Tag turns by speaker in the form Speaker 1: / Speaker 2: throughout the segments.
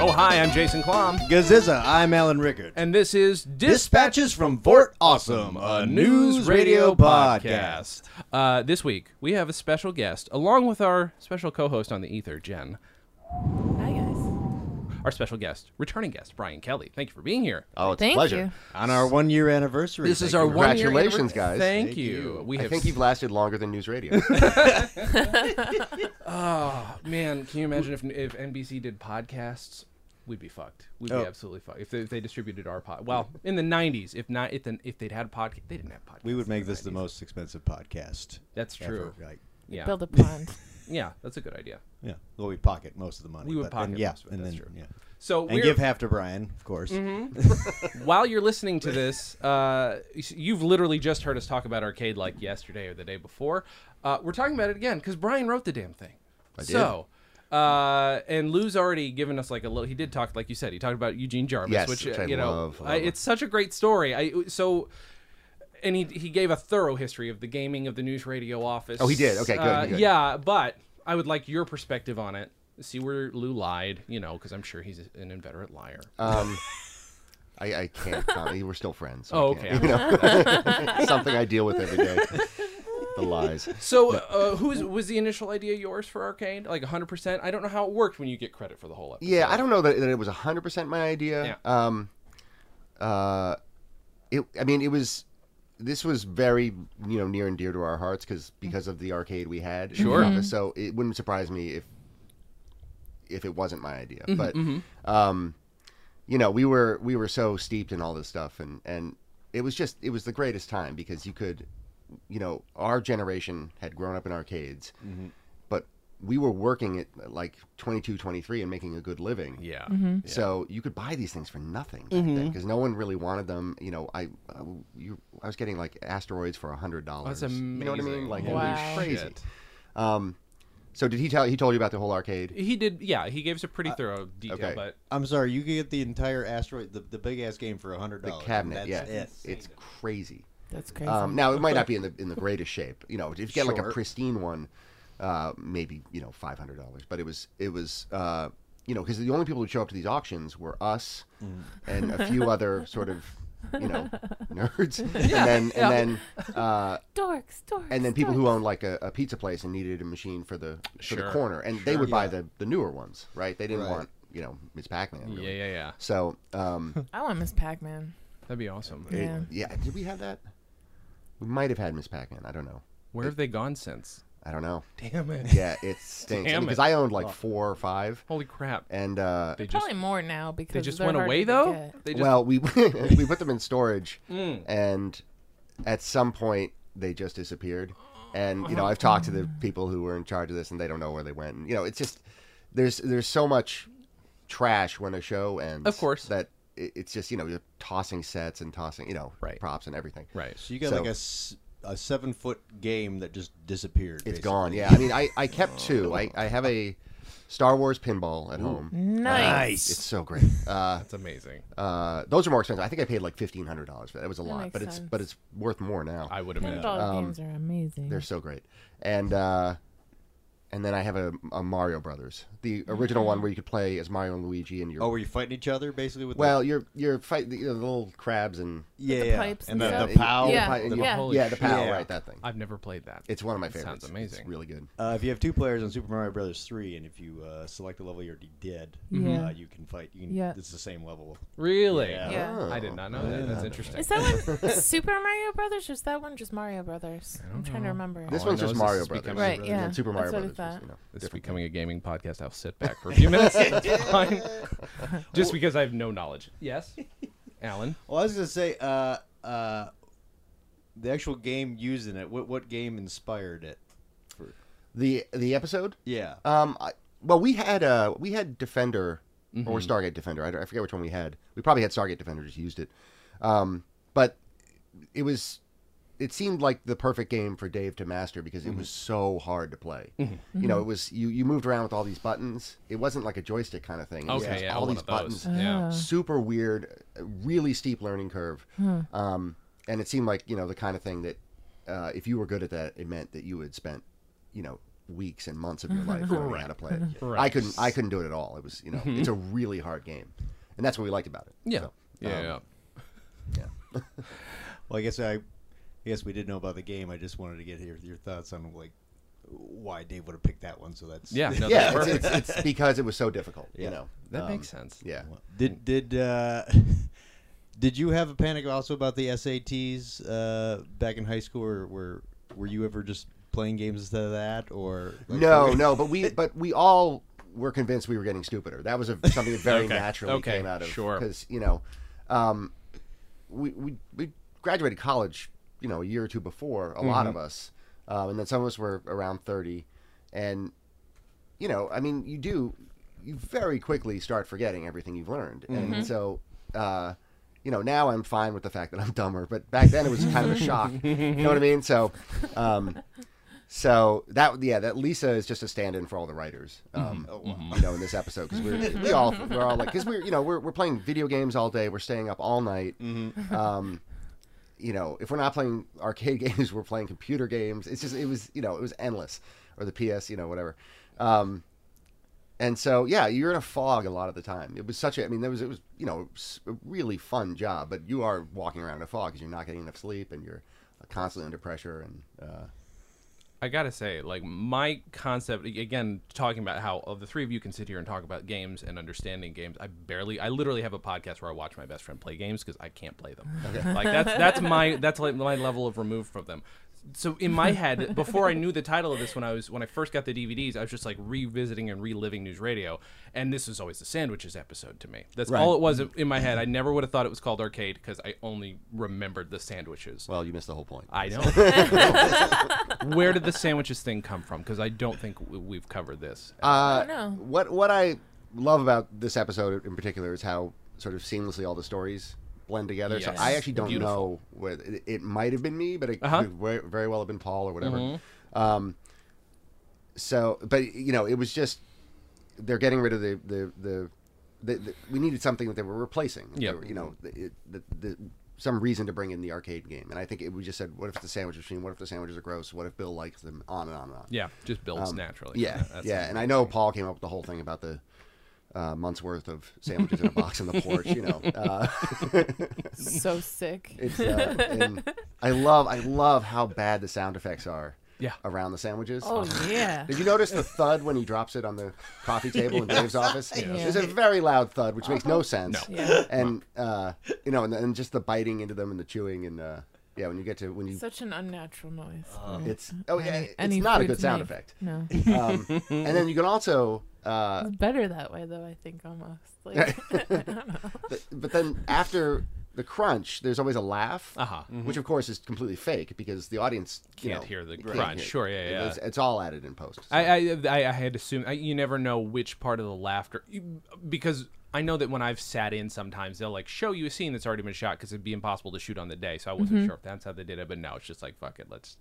Speaker 1: Oh, hi. I'm Jason Klom.
Speaker 2: Gaziza, I'm Alan Rickard.
Speaker 1: And this is Dispatch
Speaker 2: Dispatches from Fort Awesome, a news radio podcast.
Speaker 1: Uh, this week, we have a special guest, along with our special co host on the Ether, Jen.
Speaker 3: Hi guys.
Speaker 1: Our special guest, returning guest, Brian Kelly. Thank you for being here.
Speaker 4: Oh, it's
Speaker 3: Thank
Speaker 4: a pleasure.
Speaker 2: On our one year anniversary.
Speaker 1: This is
Speaker 2: thank
Speaker 1: our
Speaker 2: you.
Speaker 1: one year
Speaker 4: Congratulations,
Speaker 1: anniversa-
Speaker 4: guys.
Speaker 1: Thank, you. We have
Speaker 4: I think you've lasted longer than news radio.
Speaker 1: man. Can you imagine if if NBC did podcasts? We'd be fucked. We'd
Speaker 2: Oh.
Speaker 1: be absolutely fucked if they, if they distributed our pod. Well, in the '90s, if not, if, the, if they'd had a podcast, they didn't have podcasts.
Speaker 2: We would
Speaker 1: in
Speaker 2: make this the
Speaker 1: 90s.
Speaker 2: most expensive podcast.
Speaker 1: That's true.
Speaker 2: Ever. Like,
Speaker 1: Yeah,
Speaker 3: Build a pond.
Speaker 1: yeah, that's a good idea.
Speaker 2: yeah. Well, we pocket most of the money.
Speaker 1: We would
Speaker 2: but- and
Speaker 1: pocket
Speaker 2: yeah,
Speaker 1: most of it,
Speaker 2: And
Speaker 1: that's
Speaker 2: then,
Speaker 1: true.
Speaker 2: Yeah.
Speaker 1: So
Speaker 2: And
Speaker 1: we're, Mm-hmm.
Speaker 2: give half to Brian, of course.
Speaker 1: while you're listening to this, uh, you've literally just heard us talk about Arcade like yesterday or the day before. Uh, we're talking about it again because Brian wrote the damn thing. I
Speaker 4: did.
Speaker 1: So, uh, and Lou's already given us like a little. He did talk, like you said, he talked about Eugene Jarvis,
Speaker 4: Yes,
Speaker 1: which,
Speaker 4: which I
Speaker 1: uh, you know,
Speaker 4: love,
Speaker 1: I,
Speaker 4: love.
Speaker 1: it's such a great story. I uh, so. And he, he gave a thorough history of the gaming of the news radio office.
Speaker 4: Oh, he did? Okay, good,
Speaker 1: Uh,
Speaker 4: good.
Speaker 1: Yeah, but I would like your perspective on it. See where Lou lied, you know, because I'm sure he's an inveterate liar.
Speaker 4: um, I, I can't comment. We're still friends. so I
Speaker 1: oh, okay.
Speaker 4: can't.
Speaker 1: I'm
Speaker 4: Something I deal with every day. The lies.
Speaker 1: So, uh, who's was the initial idea yours for Arcade? Like 100%? I don't know how it worked when you get credit for the whole episode.
Speaker 4: Yeah, I don't know that, that it was 100% my idea. Um, uh, it, I mean, it was, this was very, you know, near and dear to our hearts because because of the arcade we had. in the
Speaker 1: Mm-hmm. Sure.
Speaker 4: office. So it wouldn't surprise me if, if it wasn't my idea. But,
Speaker 1: Mm-hmm.
Speaker 4: um, you know, we were, we were so steeped in all this stuff and, and it was just, it was the greatest time because you could, you know, our generation had grown up in arcades
Speaker 1: Mm-hmm.
Speaker 4: but we were working at like 22 23 and making a good living
Speaker 1: Yeah.
Speaker 3: Mm-hmm.
Speaker 4: so you could buy these things for nothing because no one really wanted them you know i I- you, i was getting like asteroids for a hundred dollars
Speaker 1: That's amazing.
Speaker 4: you know what i mean like
Speaker 3: Wow.
Speaker 4: it was crazy um so did he tell he told you about the whole arcade
Speaker 1: He did, yeah, he gave us a pretty thorough detail,
Speaker 4: okay.
Speaker 1: but
Speaker 2: I'm sorry, you could get the entire asteroid, the, the big ass game for a hundred
Speaker 4: the
Speaker 2: dollars.
Speaker 4: cabinet
Speaker 2: That's
Speaker 4: yeah
Speaker 2: it.
Speaker 4: it's crazy
Speaker 3: That's crazy.
Speaker 4: um, now it might not be in the in the greatest shape you know if you get like
Speaker 2: Sure.
Speaker 4: a pristine one uh, maybe you know five hundred dollars but it was it was uh, you know because the only people who show up to these auctions were us and a few other sort of you know nerds and then
Speaker 1: yeah.
Speaker 4: and then uh,
Speaker 3: dorks, dorks.
Speaker 4: and then people who owned like a, a pizza place and needed a machine for the for
Speaker 1: Sure.
Speaker 4: the corner and they would buy
Speaker 2: Yeah.
Speaker 4: the the newer ones right they didn't
Speaker 2: Right.
Speaker 4: want you know Miss Pac-Man really.
Speaker 1: yeah, yeah, yeah.
Speaker 4: so um,
Speaker 3: I want Miss Pac-Man.
Speaker 1: That'd be awesome.
Speaker 4: it-
Speaker 3: Yeah.
Speaker 4: yeah did we have that we might have had Miss Pac-Man I don't know.
Speaker 1: Where have they gone since?
Speaker 4: I don't know.
Speaker 1: Damn it.
Speaker 4: Yeah, it stinks.
Speaker 1: Damn
Speaker 4: Because
Speaker 1: it.
Speaker 4: I owned like four or five,
Speaker 1: Holy crap.
Speaker 4: and uh,
Speaker 1: They just,
Speaker 3: Probably more now because
Speaker 1: they just
Speaker 3: they're
Speaker 1: went
Speaker 3: harder
Speaker 1: away,
Speaker 3: to
Speaker 1: though?
Speaker 3: get.
Speaker 1: They just, Mm.
Speaker 4: well, we we put them in storage, and at some point they just disappeared. And you know, I've talked to the people who were in charge of this, and they don't know where they went. And you know, it's just there's there's so much trash when a show ends.
Speaker 1: Of course.
Speaker 4: that it, it's just you know you're tossing sets and tossing you know
Speaker 1: Right.
Speaker 4: props and everything.
Speaker 1: right.
Speaker 2: So you got
Speaker 4: So-
Speaker 2: like a, s- a seven foot game that just disappeared.
Speaker 4: It's
Speaker 2: basically.
Speaker 4: gone. Yeah, I mean, I I kept two. I I have a Star Wars pinball at home.
Speaker 3: Nice.
Speaker 4: It's so great. Uh,
Speaker 1: That's amazing.
Speaker 4: Uh, those are more expensive. I think I paid like fifteen hundred dollars for that. It was a lot,
Speaker 3: makes
Speaker 4: but it's
Speaker 3: sense.
Speaker 4: but it's worth more now.
Speaker 1: I would
Speaker 3: Pinball
Speaker 1: imagine.
Speaker 4: Um,
Speaker 3: games are amazing.
Speaker 4: They're so great, and uh, and then I have a, a Mario Brothers, the original one where you could play as Mario and Luigi, and you're
Speaker 2: Oh, were you fighting each other basically with?
Speaker 4: well,
Speaker 2: the,
Speaker 4: you're you're fight the, you know, the little crabs and
Speaker 2: yeah,
Speaker 3: the
Speaker 2: yeah.
Speaker 3: pipes
Speaker 2: and
Speaker 3: and
Speaker 2: the,
Speaker 3: stuff.
Speaker 2: the
Speaker 4: and-
Speaker 2: pow.
Speaker 3: Yeah.
Speaker 4: and
Speaker 1: Yeah.
Speaker 4: the,
Speaker 1: Holy
Speaker 4: yeah, the
Speaker 1: shit.
Speaker 4: pal,
Speaker 2: Yeah.
Speaker 4: right? That thing.
Speaker 1: I've never played that.
Speaker 4: It's one of my
Speaker 1: That sounds
Speaker 4: favorites. It's
Speaker 1: amazing.
Speaker 4: really good.
Speaker 2: Uh, if you have two players in Super Mario Brothers three, and if you uh, select the level you already did,
Speaker 3: Yeah.
Speaker 1: Mm-hmm.
Speaker 2: uh, you can fight. You can,
Speaker 3: Mm-hmm. Yeah.
Speaker 2: it's the same level.
Speaker 1: really?
Speaker 2: Yeah.
Speaker 3: Yeah.
Speaker 4: Oh.
Speaker 1: I did not know that. That's interesting.
Speaker 3: Is that one Super Mario Brothers or is that one just Mario Brothers? I'm trying to remember.
Speaker 4: This
Speaker 1: I
Speaker 4: one's
Speaker 1: know
Speaker 4: just
Speaker 1: is this
Speaker 4: Mario
Speaker 1: is
Speaker 4: Brothers,
Speaker 1: becoming
Speaker 3: Right,
Speaker 4: and
Speaker 3: yeah.
Speaker 4: then Super Mario
Speaker 3: That's what I
Speaker 4: Brothers. was,
Speaker 3: thought.
Speaker 4: you know,
Speaker 1: This is
Speaker 4: different.
Speaker 1: becoming a gaming podcast. I'll sit back for a few minutes. That's fine. Just because I have no knowledge. Yes, Alan.
Speaker 2: Well, I was gonna say, uh, uh,
Speaker 5: the actual game used in it. What what game inspired it? For
Speaker 4: The the episode.
Speaker 5: yeah,
Speaker 4: Um, I, well, we had uh, we had Defender or
Speaker 1: Mm-hmm.
Speaker 4: Stargate Defender. I, don't- I forget which one we had. We probably had Stargate Defender. Just used it. Um, but it was it seemed like the perfect game for Dave to master because
Speaker 1: Mm-hmm.
Speaker 4: it was so hard to play. You know, it was you you moved around with all these buttons. It wasn't like a joystick kind of thing. It was
Speaker 1: Okay,
Speaker 4: just
Speaker 1: yeah,
Speaker 4: all
Speaker 1: one
Speaker 4: these
Speaker 1: of those.
Speaker 4: buttons.
Speaker 1: Yeah.
Speaker 4: Super weird, really steep learning curve. Um, and it seemed like you know the kind of thing that uh, if you were good at that, it meant that you had spent you know weeks and months of your life learning how to play it. I
Speaker 1: Correct.
Speaker 4: couldn't I couldn't do it at all. It was you know it's a really hard game, and that's what we liked about it.
Speaker 1: Mm-hmm. Yeah.
Speaker 4: So,
Speaker 1: yeah,
Speaker 4: um,
Speaker 1: yeah.
Speaker 4: yeah.
Speaker 5: well, I guess I, I guess we did know about the game. I just wanted to get your your thoughts on like why Dave would have picked that one. So that's
Speaker 1: Yeah, no, that's
Speaker 4: yeah,
Speaker 1: perfect.
Speaker 4: it's, it's, it's because it was so difficult.
Speaker 5: Yeah.
Speaker 4: You know,
Speaker 1: that
Speaker 4: Um,
Speaker 1: makes sense.
Speaker 4: Yeah,
Speaker 5: Did did uh, did you have a panic also about the SATs uh, back in high school, or were were you ever just playing games instead of that, or like,
Speaker 4: no, no, but we but we all were convinced we were getting stupider. That was a, something that very
Speaker 1: Okay,
Speaker 4: naturally
Speaker 1: okay,
Speaker 4: came out of
Speaker 1: sure.
Speaker 4: because you know, um, we, we we graduated college, you know, a year or two before a lot
Speaker 1: Mm-hmm.
Speaker 4: of us, um, and then some of us were around thirty, and you know, I mean, you do, you very quickly start forgetting everything you've learned,
Speaker 1: Mm-hmm.
Speaker 4: and so, uh, you know, now I'm fine with the fact that I'm dumber, but back then it was kind of a shock. you know what I mean? So, um, so that yeah, that Lisa is just a stand-in for all the writers, um, you know, in this episode because we're we all we're all like because we're you know we're we're playing video games all day, we're staying up all night. Um, you know, if we're not playing arcade games, we're playing computer games. It's just it was you know it was endless or the PS you know whatever. Um, and so yeah, you're in a fog a lot of the time. It was such a I mean there was it was you know it was a really fun job, but you are walking around in a fog because you're not getting enough sleep and you're constantly under pressure and uh,
Speaker 1: I gotta say, like my concept again, talking about how of the three of you can sit here and talk about games and understanding games. I barely, I literally have a podcast where I watch my best friend play games because I can't play them. Like that's that's my that's like my level of removed from them. So in my head, before I knew the title of this, when I was when I first got the DVDs, I was just like revisiting and reliving News Radio, and this was always the sandwiches episode to me. That's all it was in my head. I never would have thought it was called arcade because I only remembered the sandwiches.
Speaker 4: well you missed the whole point.
Speaker 1: I know. Where did the sandwiches thing come from? Because I don't think w- we've covered this.
Speaker 4: Uh,
Speaker 3: know.
Speaker 4: What what I love about this episode in particular is how sort of seamlessly all the stories blend together.
Speaker 1: Yes.
Speaker 4: So I actually don't
Speaker 1: Beautiful.
Speaker 4: know where it, it might have been me, but it
Speaker 1: Uh-huh. Mm-hmm.
Speaker 4: could ve- very well have been Paul or whatever. Um, so, but you know, it was just they're getting rid of the the the. The, the, we needed something that they were replacing. They
Speaker 1: Yep.
Speaker 4: were, You know, the, it- the, the, some reason to bring in the arcade game. And I think it, we just said, what if the sandwich machine? What if the sandwiches are gross? What if Bill likes them? On and on and on.
Speaker 1: yeah, just builds naturally.
Speaker 4: Um, Yeah,
Speaker 1: That's-
Speaker 4: yeah, and I know Paul came up with the whole thing about the uh, month's worth of sandwiches in a box on the porch. You know, uh,
Speaker 3: so sick.
Speaker 4: it's uh, and I love I love how bad the sound effects are.
Speaker 1: Yeah.
Speaker 4: around the sandwiches. Um,
Speaker 3: Oh yeah.
Speaker 4: Did you notice the thud when he drops it on the coffee table in Dave's office?
Speaker 3: Yeah. Uh-huh.
Speaker 4: It's a very loud thud, which makes no sense.
Speaker 1: No.
Speaker 3: Yeah.
Speaker 4: And uh, you know, and, and just the biting into them and the chewing and uh, yeah, when you get to when you
Speaker 3: Such an unnatural noise.
Speaker 1: Uh.
Speaker 4: it's oh yeah,
Speaker 3: Any-
Speaker 4: it's
Speaker 3: any
Speaker 4: not a
Speaker 3: food
Speaker 4: good
Speaker 3: to
Speaker 4: sound
Speaker 3: make.
Speaker 4: effect.
Speaker 3: No.
Speaker 4: Um, and then you can also uh,
Speaker 3: It's better that way though, I think almost. Like
Speaker 4: But- but then after the crunch, there's always a laugh,
Speaker 1: Uh-huh.
Speaker 4: which of course is completely fake because the audience you
Speaker 1: Can't
Speaker 4: know,
Speaker 1: hear the
Speaker 4: can't
Speaker 1: crunch.
Speaker 4: hear it.
Speaker 1: Sure, yeah, yeah.
Speaker 4: It's, it's all added in post. so.
Speaker 1: I, I, I, I had assumed I, you never know which part of the laughter because I know that when I've sat in sometimes they'll like show you a scene that's already been shot because it'd be impossible to shoot on the day. So I wasn't sure if that's how they did it, but now it's just like fuck it, let's.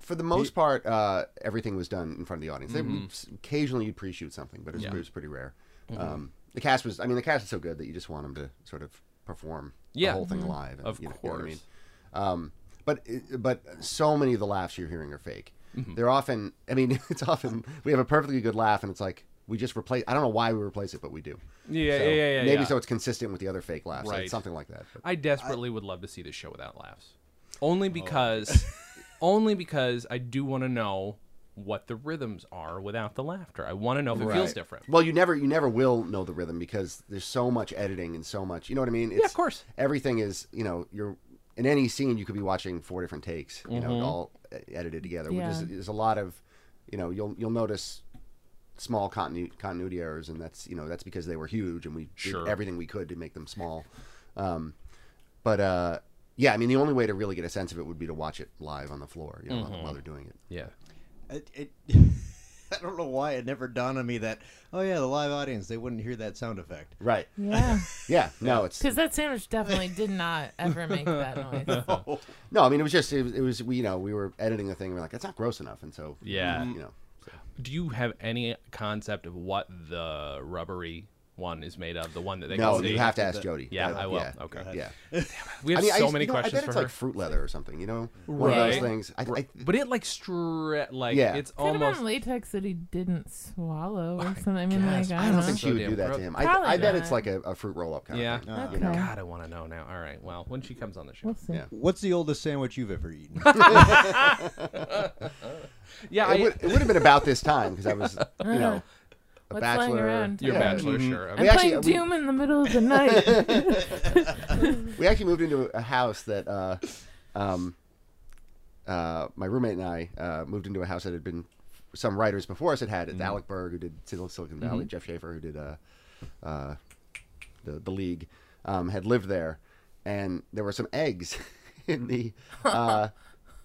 Speaker 4: For the most part, uh, everything was done in front of the audience. They-
Speaker 1: Mm-hmm.
Speaker 4: Occasionally, you'd pre-shoot something, but it was, it was pretty rare. Um, the cast was—I mean, the cast is so good that you just want them to sort of perform
Speaker 1: Yeah.
Speaker 4: the whole thing live. and,
Speaker 1: Of
Speaker 4: you know- you know what I
Speaker 1: course.
Speaker 4: mean? Um, but it- but so many of the laughs you're hearing are fake.
Speaker 1: Mm-hmm.
Speaker 4: They're often. I mean, it's often we have a perfectly good laugh, and it's like we just replace. I don't know why we replace it, but we do.
Speaker 1: Yeah,
Speaker 4: So
Speaker 1: yeah, yeah, yeah,
Speaker 4: Maybe
Speaker 1: yeah.
Speaker 4: so it's consistent with the other fake laughs.
Speaker 1: Right.
Speaker 4: It's something like that. but-
Speaker 1: I desperately would love to see this show without laughs,
Speaker 4: Oh.
Speaker 1: only because, only because I do want to know what the rhythms are without the laughter. I want to know if it feels
Speaker 4: Right.
Speaker 1: different.
Speaker 4: Well, you never you never will know the rhythm because there's so much editing and so much. You know what I mean? It's,
Speaker 1: of course.
Speaker 4: Everything is you know you're in any scene you could be watching four different takes. You
Speaker 1: Mm-hmm.
Speaker 4: know, all edited together, which is,
Speaker 3: Yeah.
Speaker 4: is a lot of you know you'll you'll notice small continu- continuity errors, and that's you know that's because they were huge and we
Speaker 1: Sure.
Speaker 4: did everything we could to make them small. Um, but uh, Yeah, I mean, the only way to really get a sense of it would be to watch it live on the floor, you know,
Speaker 1: Mm-hmm.
Speaker 4: while- while they're doing it.
Speaker 1: Yeah.
Speaker 5: It, it, I don't know why it never dawned on me that oh yeah, the live audience they wouldn't hear that sound effect.
Speaker 4: Right.
Speaker 3: Yeah.
Speaker 4: Yeah. No, it's
Speaker 3: Because that sandwich definitely did not ever make that noise.
Speaker 4: no. I mean, it was just it was, it was we you know we were editing the thing. and We're like, that's not gross enough, and so
Speaker 1: Yeah.
Speaker 4: you know,
Speaker 1: Do you have any concept of what the rubbery one is made of? The one that they
Speaker 4: no,
Speaker 1: can see?
Speaker 4: you have to ask Jody.
Speaker 1: Yeah,
Speaker 4: That-
Speaker 1: I will.
Speaker 4: Yeah.
Speaker 1: Okay.
Speaker 4: Yeah.
Speaker 1: We have
Speaker 4: I mean, I
Speaker 1: so
Speaker 4: just-
Speaker 1: many
Speaker 4: you know,
Speaker 1: questions
Speaker 4: I bet
Speaker 1: for
Speaker 4: it's
Speaker 1: her.
Speaker 4: like fruit leather or something. You know, one of
Speaker 1: Right.
Speaker 4: those things. I, I,
Speaker 1: but it like stre like
Speaker 4: Yeah.
Speaker 1: it's
Speaker 3: Could have
Speaker 1: almost
Speaker 3: been latex that he didn't swallow or something. I mean,
Speaker 1: guess,
Speaker 3: like,
Speaker 1: but
Speaker 3: I
Speaker 4: I
Speaker 3: don't
Speaker 4: don't
Speaker 3: know.
Speaker 4: think she would do that to him. I,
Speaker 3: Probably
Speaker 4: I bet
Speaker 3: not.
Speaker 4: it's like a, a fruit roll up kind
Speaker 1: yeah.
Speaker 4: of thing.
Speaker 1: God,
Speaker 3: Okay.
Speaker 1: I want to know now. All right. Well, when she comes on the show.
Speaker 3: We'll see.
Speaker 4: Yeah.
Speaker 5: What's the oldest sandwich you've ever eaten?
Speaker 1: Yeah,
Speaker 4: It
Speaker 1: I,
Speaker 4: would, it would have been about this time because I was, you know, a
Speaker 3: What's lying
Speaker 4: bachelor.
Speaker 3: around?
Speaker 1: your
Speaker 4: Yeah. Mm-hmm.
Speaker 1: bachelor, sure.
Speaker 3: I'm
Speaker 1: Okay.
Speaker 4: We actually-
Speaker 3: playing
Speaker 4: we-
Speaker 3: Doom in the middle of the night.
Speaker 4: we actually moved into a house that uh, um, uh, my roommate and I uh, moved into a house that had been some writers before us had had it.
Speaker 1: Mm-hmm.
Speaker 4: Alec Berg, who did Sil- Silicon Valley, Jeff Schaefer, who did uh, uh, the the League, um, had lived there, and there were some eggs in the uh,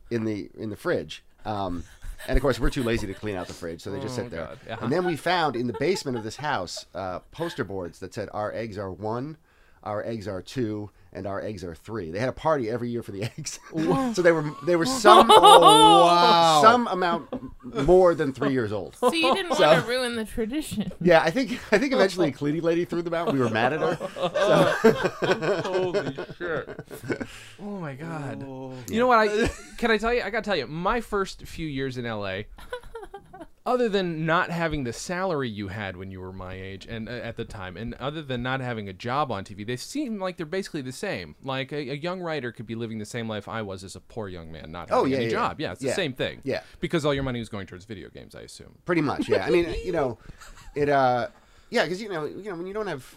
Speaker 4: in the in the fridge. Um, and of course, we're too lazy to clean out the fridge, so they just
Speaker 1: Oh,
Speaker 4: sit there.
Speaker 1: God. Yeah.
Speaker 4: And then we found in the basement of this house uh, poster boards that said, "Our eggs are one, our eggs are two, and our eggs are three. They had a party every year for the eggs, so they were they were some some amount more than three years old.
Speaker 3: so you didn't want to ruin the tradition.
Speaker 4: Yeah, I think I think eventually a cleaning lady threw them out. We were mad at her.
Speaker 1: Holy shit. Oh my god. You know what I can I tell you? I gotta tell you, my first few years in LA other than not having the salary you had when you were my age and uh, at the time and other than not having a job on TV, they seem like they're basically the same. Like a, a young writer could be living the same life I was as a poor young man not having
Speaker 4: Oh, yeah,
Speaker 1: any
Speaker 4: yeah,
Speaker 1: job.
Speaker 4: yeah.
Speaker 1: Yeah, it's
Speaker 4: Yeah.
Speaker 1: the same thing.
Speaker 4: Yeah.
Speaker 1: Because all your money was going towards video games, I assume.
Speaker 4: Pretty much, yeah. I mean, you know, it. uh Yeah, because you know, you know, when you don't have.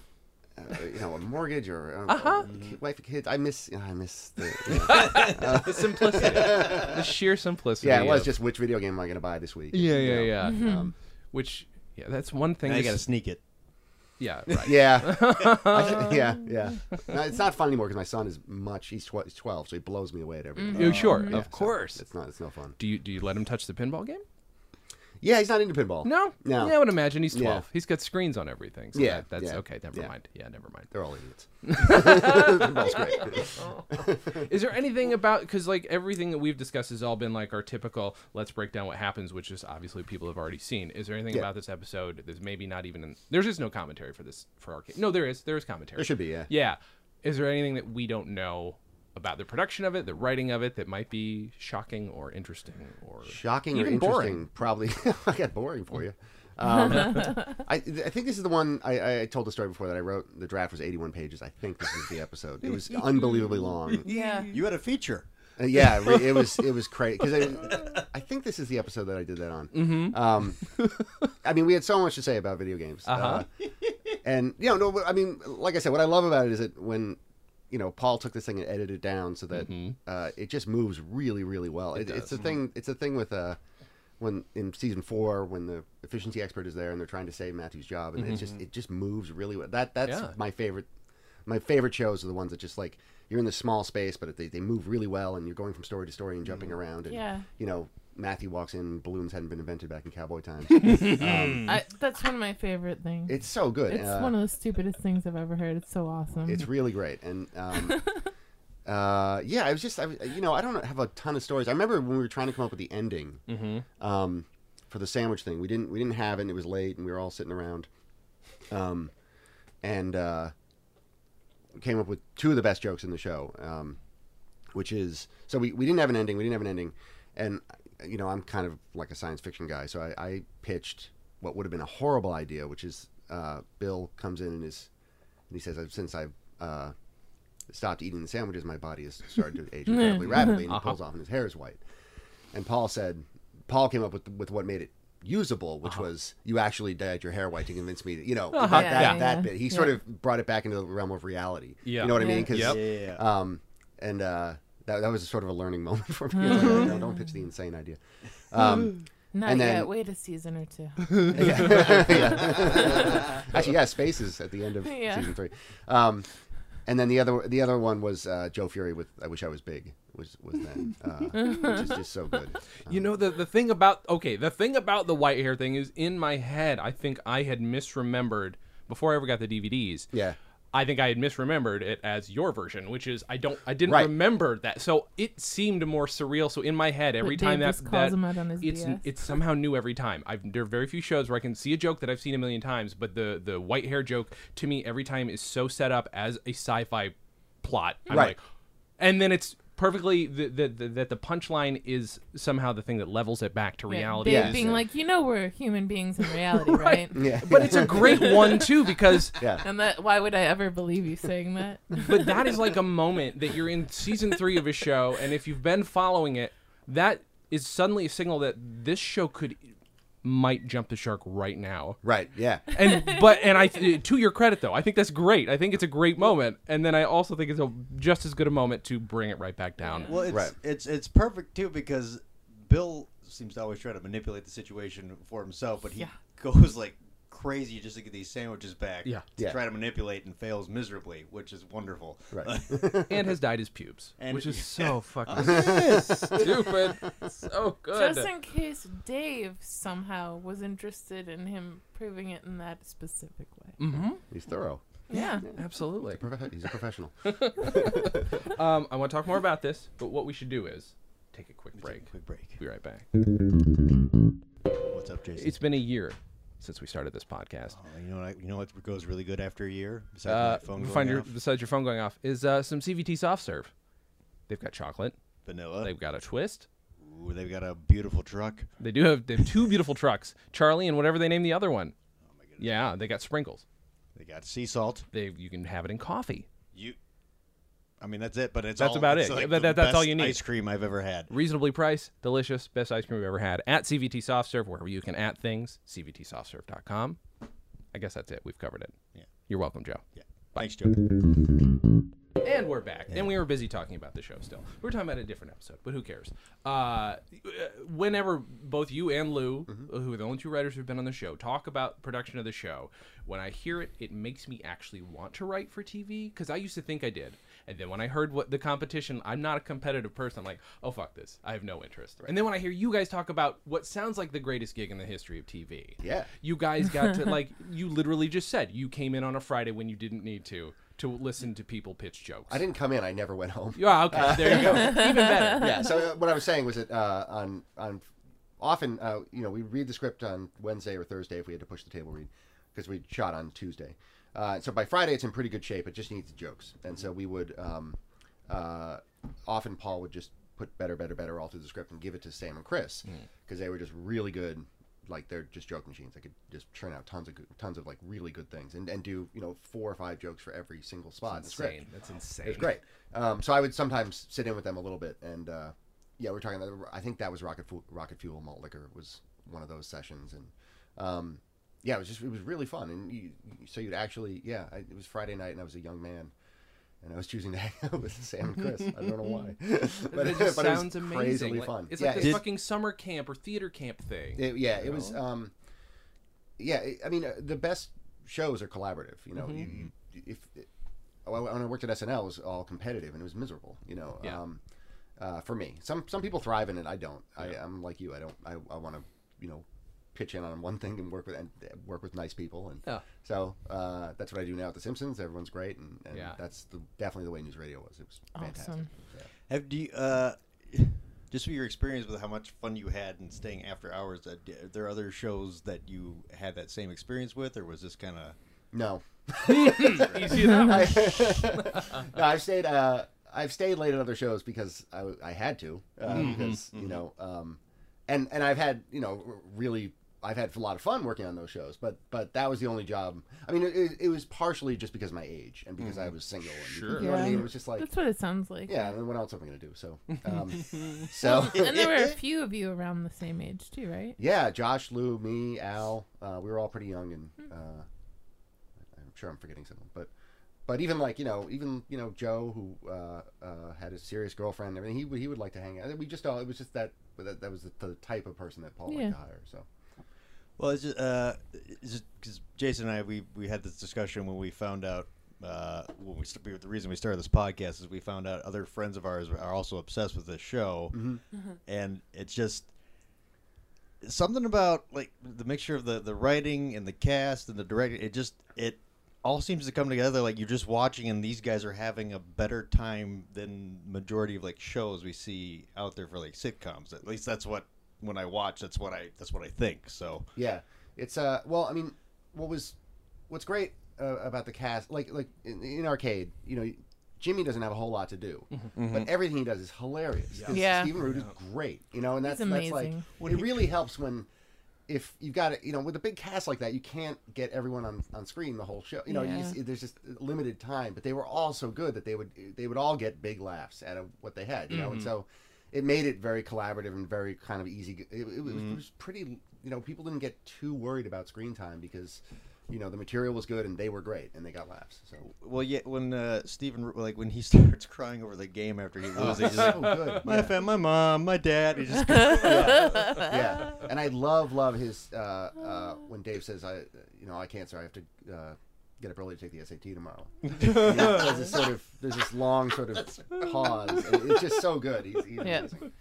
Speaker 4: Uh, you know, a mortgage or a, a wife, and kids. I miss, I miss the. you know.
Speaker 1: The simplicity. the sheer simplicity.
Speaker 4: Yeah, it was
Speaker 1: of-
Speaker 4: just which video game am I going to buy this week?
Speaker 1: Yeah,
Speaker 4: You
Speaker 1: yeah,
Speaker 4: know?
Speaker 1: yeah. Um, Which yeah, that's one thing.
Speaker 5: I
Speaker 1: this-
Speaker 5: gotta sneak it.
Speaker 1: yeah, right.
Speaker 4: Yeah, I- yeah, yeah. No, it's not fun anymore because my son is much. He's, tw- he's twelve, so he blows me away at everything.
Speaker 1: Oh, sure, of
Speaker 4: So
Speaker 1: course.
Speaker 4: it's not. It's no fun.
Speaker 1: Do you do you let him touch the pinball game?
Speaker 4: Yeah, he's not into pinball.
Speaker 1: No,
Speaker 4: no.
Speaker 1: Yeah, I would imagine he's
Speaker 4: Yeah.
Speaker 1: twelve. He's got screens on everything. So
Speaker 4: Yeah,
Speaker 1: that- that's
Speaker 4: yeah,
Speaker 1: okay. Never
Speaker 4: yeah.
Speaker 1: mind. Yeah, never mind.
Speaker 4: They're all idiots. Pinball's great.
Speaker 1: Is there anything about because like everything that we've discussed has all been like our typical let's break down what happens, which is obviously people have already seen. Is there anything
Speaker 4: Yeah.
Speaker 1: about this episode that's maybe not even in, there's just no commentary for this for our No, there is. There is commentary.
Speaker 4: There should be. Yeah.
Speaker 1: Yeah. Is there anything that we don't know about the production of it, the writing of it, that might be shocking or interesting or
Speaker 4: Shocking or
Speaker 1: Even
Speaker 4: interesting?
Speaker 1: boring.
Speaker 4: Probably. I got boring for you. Um, I, I think this is the one I, I told the story before that I wrote. The draft was 81 pages. I think this is the episode. It was unbelievably long.
Speaker 3: Yeah.
Speaker 5: You had a feature.
Speaker 4: Uh, yeah, re- it was it was crazy because I, I think this is the episode that I did that on.
Speaker 1: Mm-hmm.
Speaker 4: Um, I mean, we had so much to say about video games, uh and you know, no, but I mean, like I said, what I love about it is that when you know Paul took this thing and edited it down so that uh, it just moves really, really well. It It's a thing. It's a thing with uh, when in season four when the efficiency expert is there and they're trying to save Matthew's job, and it just it just moves really well. That that's
Speaker 1: Yeah.
Speaker 4: my favorite my favorite shows are the ones that just like you're in this small space, but they, they move really well, and you're going from story to story and jumping around. And
Speaker 3: Yeah.
Speaker 4: you know, Matthew walks in, balloons hadn't been invented back in cowboy times. Um, Hmm.
Speaker 3: I, that's one of my favorite things.
Speaker 4: it's so good.
Speaker 3: It's
Speaker 4: Uh,
Speaker 3: one of the stupidest things I've ever heard. It's so awesome.
Speaker 4: it's really great, and um, uh, yeah, I was just, I, was- you know, I don't have a ton of stories. I remember when we were trying to come up with the ending
Speaker 3: Mm-hmm.
Speaker 4: um, for the sandwich thing. We didn't we didn't have it, and it was late, and we were all sitting around, um, and uh, came up with two of the best jokes in the show. Um, which is so we, we didn't have an ending we didn't have an ending and you know i'm kind of like a science fiction guy so i, I pitched what would have been a horrible idea which is uh, bill comes in and is and he says since i've uh, stopped eating the sandwiches my body has started to age incredibly rapidly
Speaker 1: Uh-huh.
Speaker 4: and he pulls off and his hair is white and paul said paul came up with with what made it usable
Speaker 1: Uh-huh.
Speaker 4: which was you actually dyed your hair white to convince me that you know that,
Speaker 3: Yeah, Uh-huh.
Speaker 4: that,
Speaker 3: yeah,
Speaker 4: that
Speaker 3: yeah.
Speaker 4: bit he sort of brought it back into the realm of reality
Speaker 1: Yeah.
Speaker 4: you know what i
Speaker 3: Yeah.
Speaker 4: mean 'Cause
Speaker 1: Yep.
Speaker 5: Yeah.
Speaker 4: um, and uh, that, that was sort of a learning moment for me. Like, don't, don't pitch the insane idea. Um,
Speaker 3: Not
Speaker 4: and then-
Speaker 3: yet. Wait a season or two.
Speaker 4: yeah. Actually, yeah, spaces at the end of
Speaker 3: Yeah.
Speaker 4: season three. Um, And then the other the other one was uh, Joe Fury with "I Wish I Was Big" was was then, uh, which is just so good.
Speaker 1: You know the the thing about okay, the thing about the white hair thing is in my head. I think I had misremembered before I ever got the DVDs.
Speaker 4: Yeah.
Speaker 1: I think I had misremembered it as your version, which is I don't I didn't
Speaker 4: Right.
Speaker 1: remember that. So it seemed more surreal. So in my head, every
Speaker 3: But
Speaker 1: time
Speaker 3: Dave
Speaker 1: that,
Speaker 3: just calls
Speaker 1: that
Speaker 3: him out on his
Speaker 1: it's
Speaker 3: BS.
Speaker 1: it's somehow new every time. I've there are very few shows where I can see a joke that I've seen a million times, but the the white hair joke to me every time is so set up as a sci-fi plot. I'm
Speaker 4: Right.
Speaker 1: like, and then it's perfectly the, the, the, that the punchline is somehow the thing that levels it back to
Speaker 3: Yeah,
Speaker 1: reality.
Speaker 3: Dave
Speaker 4: Yeah.
Speaker 3: being like, you know, we're human beings in reality, right?
Speaker 4: Yeah,
Speaker 1: But it's a great one too because
Speaker 4: yeah,
Speaker 3: And that, why would I ever believe you saying that?
Speaker 1: but that is like a moment that you're in season three of a show, and if you've been following it, that is suddenly a signal that this show could might jump the shark right now.
Speaker 4: right, yeah.
Speaker 1: And but and I to your credit though, I think that's great. I think it's a great moment, and then I also think it's a just as good a moment to bring it right back down.
Speaker 5: Well, it's
Speaker 4: Right.
Speaker 5: it's it's perfect too because Bill seems to always try to manipulate the situation for himself, but he
Speaker 3: Yeah.
Speaker 5: goes like crazy just to get these sandwiches back.
Speaker 1: Yeah.
Speaker 5: to
Speaker 4: Yeah.
Speaker 5: try to manipulate and fails miserably, which is wonderful.
Speaker 4: Right.
Speaker 1: And has dyed his pubes,
Speaker 5: And-
Speaker 1: which is
Speaker 5: yeah.
Speaker 1: so fucking stupid. So good.
Speaker 3: Just in case Dave somehow was interested in him proving it in that specific way.
Speaker 4: He's thorough.
Speaker 3: Yeah.
Speaker 1: Absolutely.
Speaker 4: Profe- He's a professional.
Speaker 1: Um, I want to talk more about this, but what we should do is take a quick break.
Speaker 5: Quick break.
Speaker 1: Be right back.
Speaker 5: What's up, Jason?
Speaker 1: It's been a year since we started this podcast.
Speaker 5: Oh, you know what? I, you know what goes really good after a year. Besides
Speaker 1: Uh,
Speaker 5: my phone going
Speaker 1: find your,
Speaker 5: off?
Speaker 1: besides your phone going off is uh, some CVT soft serve. They've got chocolate.
Speaker 5: vanilla.
Speaker 1: They've got a twist.
Speaker 5: Ooh, they've got a beautiful truck.
Speaker 1: They do have they have two beautiful trucks, Charlie and whatever they name the other one. Yeah, they got sprinkles.
Speaker 5: They got sea salt.
Speaker 1: They you can have it in coffee.
Speaker 5: You. I mean that's it, but it's
Speaker 1: That's
Speaker 5: all-
Speaker 1: about
Speaker 5: it's
Speaker 1: it.
Speaker 5: Like
Speaker 1: That-
Speaker 5: the
Speaker 1: that's all
Speaker 5: best
Speaker 1: you need.
Speaker 5: Ice cream I've ever had.
Speaker 1: Reasonably priced, delicious, best ice cream we've ever had. At CVT Soft Serve, wherever you can at things, CVTSoftServe.com. I guess that's it. We've covered it.
Speaker 5: Yeah.
Speaker 1: You're welcome, Joe.
Speaker 5: Yeah. Thanks, Joe.
Speaker 1: And we're back. And we were busy talking about the show still. We were talking about a different episode, but who cares? Uh, whenever both you and Lou, who are the only two writers who've been on the show, talk about production of the show, when I hear it, it makes me actually want to write for TV because I used to think I did. And then when I heard what the competition, I'm not a competitive person. I'm like, oh, fuck this. I have no interest. And then when I hear you guys talk about what sounds like the greatest gig in the history of TV,
Speaker 4: Yeah.
Speaker 1: you guys got to like you literally just said you came in on a Friday when you didn't need to to listen to people pitch jokes.
Speaker 4: I didn't Uh, come in. I never went home.
Speaker 1: Yeah, okay, there you go. Even better.
Speaker 4: yeah. So uh, what I was saying was that uh, on on often uh, you know we read the script on Wednesday or Thursday if we had to push the table read because we shot on Tuesday. Uh, so by Friday it's in pretty good shape. It just needs jokes, and so we would um, uh, often Paul would just put better, better, better all through the script and give it to Sam and Chris because they were just really good. Like they're just joke machines. They could just churn out tons of good, tons of like really good things and, and do you know four or five jokes for every single spot in the script.
Speaker 1: Insane. That's insane.
Speaker 4: It was great. Um, so I would sometimes sit in with them a little bit, and uh, yeah, we're talking. I think that was rocket fuel, rocket fuel malt liquor was one of those sessions, and um, yeah, it was just it was really fun. And you, so you'd actually, yeah, I, it was Friday night, and I was a young man, and I was choosing to hang out with Sam and Chris. I don't know why, but,
Speaker 1: It just
Speaker 4: but
Speaker 1: sounds
Speaker 4: it
Speaker 1: amazing.
Speaker 4: was crazily
Speaker 1: Like,
Speaker 4: fun.
Speaker 1: It's
Speaker 4: yeah,
Speaker 1: like this
Speaker 4: it-
Speaker 1: fucking summer camp or theater camp thing.
Speaker 4: it- yeah, it was. Um, yeah, it, I mean, uh, the best shows are collaborative. You know,
Speaker 1: Mm-hmm.
Speaker 4: you, you, if oh, when I worked at SNL, it was all competitive and it was miserable. You know,
Speaker 1: Yeah.
Speaker 4: um, uh, for me, some some people thrive in it. I don't. I, I'm like you. I don't. I, I want to, you know, pitch in on one thing and work with and uh, work with nice people. And
Speaker 1: Yeah.
Speaker 4: so uh, that's what I do now at The Simpsons. Everyone's great, and, and
Speaker 1: Yeah.
Speaker 4: that's the, definitely the way news radio was. It was fantastic.
Speaker 3: Awesome.
Speaker 5: Have do you, uh, just for your experience with how much fun you had and staying after hours? uh, d- Are there other shows that you had that same experience with, or was this kind of
Speaker 4: No.
Speaker 1: You see that?
Speaker 4: no, I've stayed. Uh, I've stayed late at other shows because I, w- I had to uh, because you know, um, and and I've had you know r- really I've had a lot of fun working on those shows, but but that was the only job. I mean, it- it, it was partially just because of my age and because I was single. And,
Speaker 1: Sure.
Speaker 4: You know what I
Speaker 3: Yeah.
Speaker 4: mean? It was just like
Speaker 3: That's what it sounds like.
Speaker 4: yeah. And what else am I gonna do? So um, so
Speaker 3: And there were a few of you around the same age, too, right?
Speaker 4: yeah, Josh, Lou, me, Al, uh, we were all pretty young, and
Speaker 3: Hmm.
Speaker 4: uh, I'm sure I'm forgetting someone, but but even like you know, even you know Joe, who uh, uh, had a serious girlfriend, and everything, he would he would like to hang out. We just all it was just that that, that was the, the type of person that Paul
Speaker 3: Yeah.
Speaker 4: liked to hire. So
Speaker 5: Well, it's just, uh, it's just 'cause Jason and I we we had this discussion when we found out uh, when we st- the reason we started this podcast is we found out other friends of ours are also obsessed with this show, and it's just something about like the mixture of the the writing and the cast and the directing. It just it all seems to come together. Like you're just watching, and these guys are having a better time than majority of like shows we see out there for like sitcoms. At least that's what when I watch, that's what I that's what I think. So
Speaker 4: Yeah, it's uh. Well, I mean, what was, what's great uh, about the cast? Like like in, in arcade, you know, Jimmy doesn't have a whole lot to do, but everything he does is hilarious. It's-
Speaker 3: Yeah.
Speaker 4: Stephen Root is great. You know, and that's
Speaker 3: He's
Speaker 4: that's like
Speaker 3: amazing.
Speaker 4: it really helps when. If you've got it, you know, with a big cast like that, you can't get everyone on, on screen the whole show. You know, you
Speaker 3: Yeah.
Speaker 4: just, there's just limited time, but they were all so good that they would they would all get big laughs out of what they had, you know. And so it made it very collaborative and very kind of easy. It, it, was- it was pretty, you know, people didn't get too worried about screen time because, you know, the material was good and they were great and they got laughs. So
Speaker 5: Well, yeah, when uh, Stephen like when he starts crying over the game after he loses, he's
Speaker 4: so
Speaker 5: like,
Speaker 4: good.
Speaker 5: my
Speaker 4: Yeah.
Speaker 5: fam, my mom, my dad. He just
Speaker 4: yeah, and I love love his uh, uh, when Dave says I, you know, I can't, so I have to uh, get up early to take the SAT tomorrow. You know, there's this sort of there's this long sort of pause. And it's just so good. He's, he's
Speaker 3: Yeah.
Speaker 4: amazing.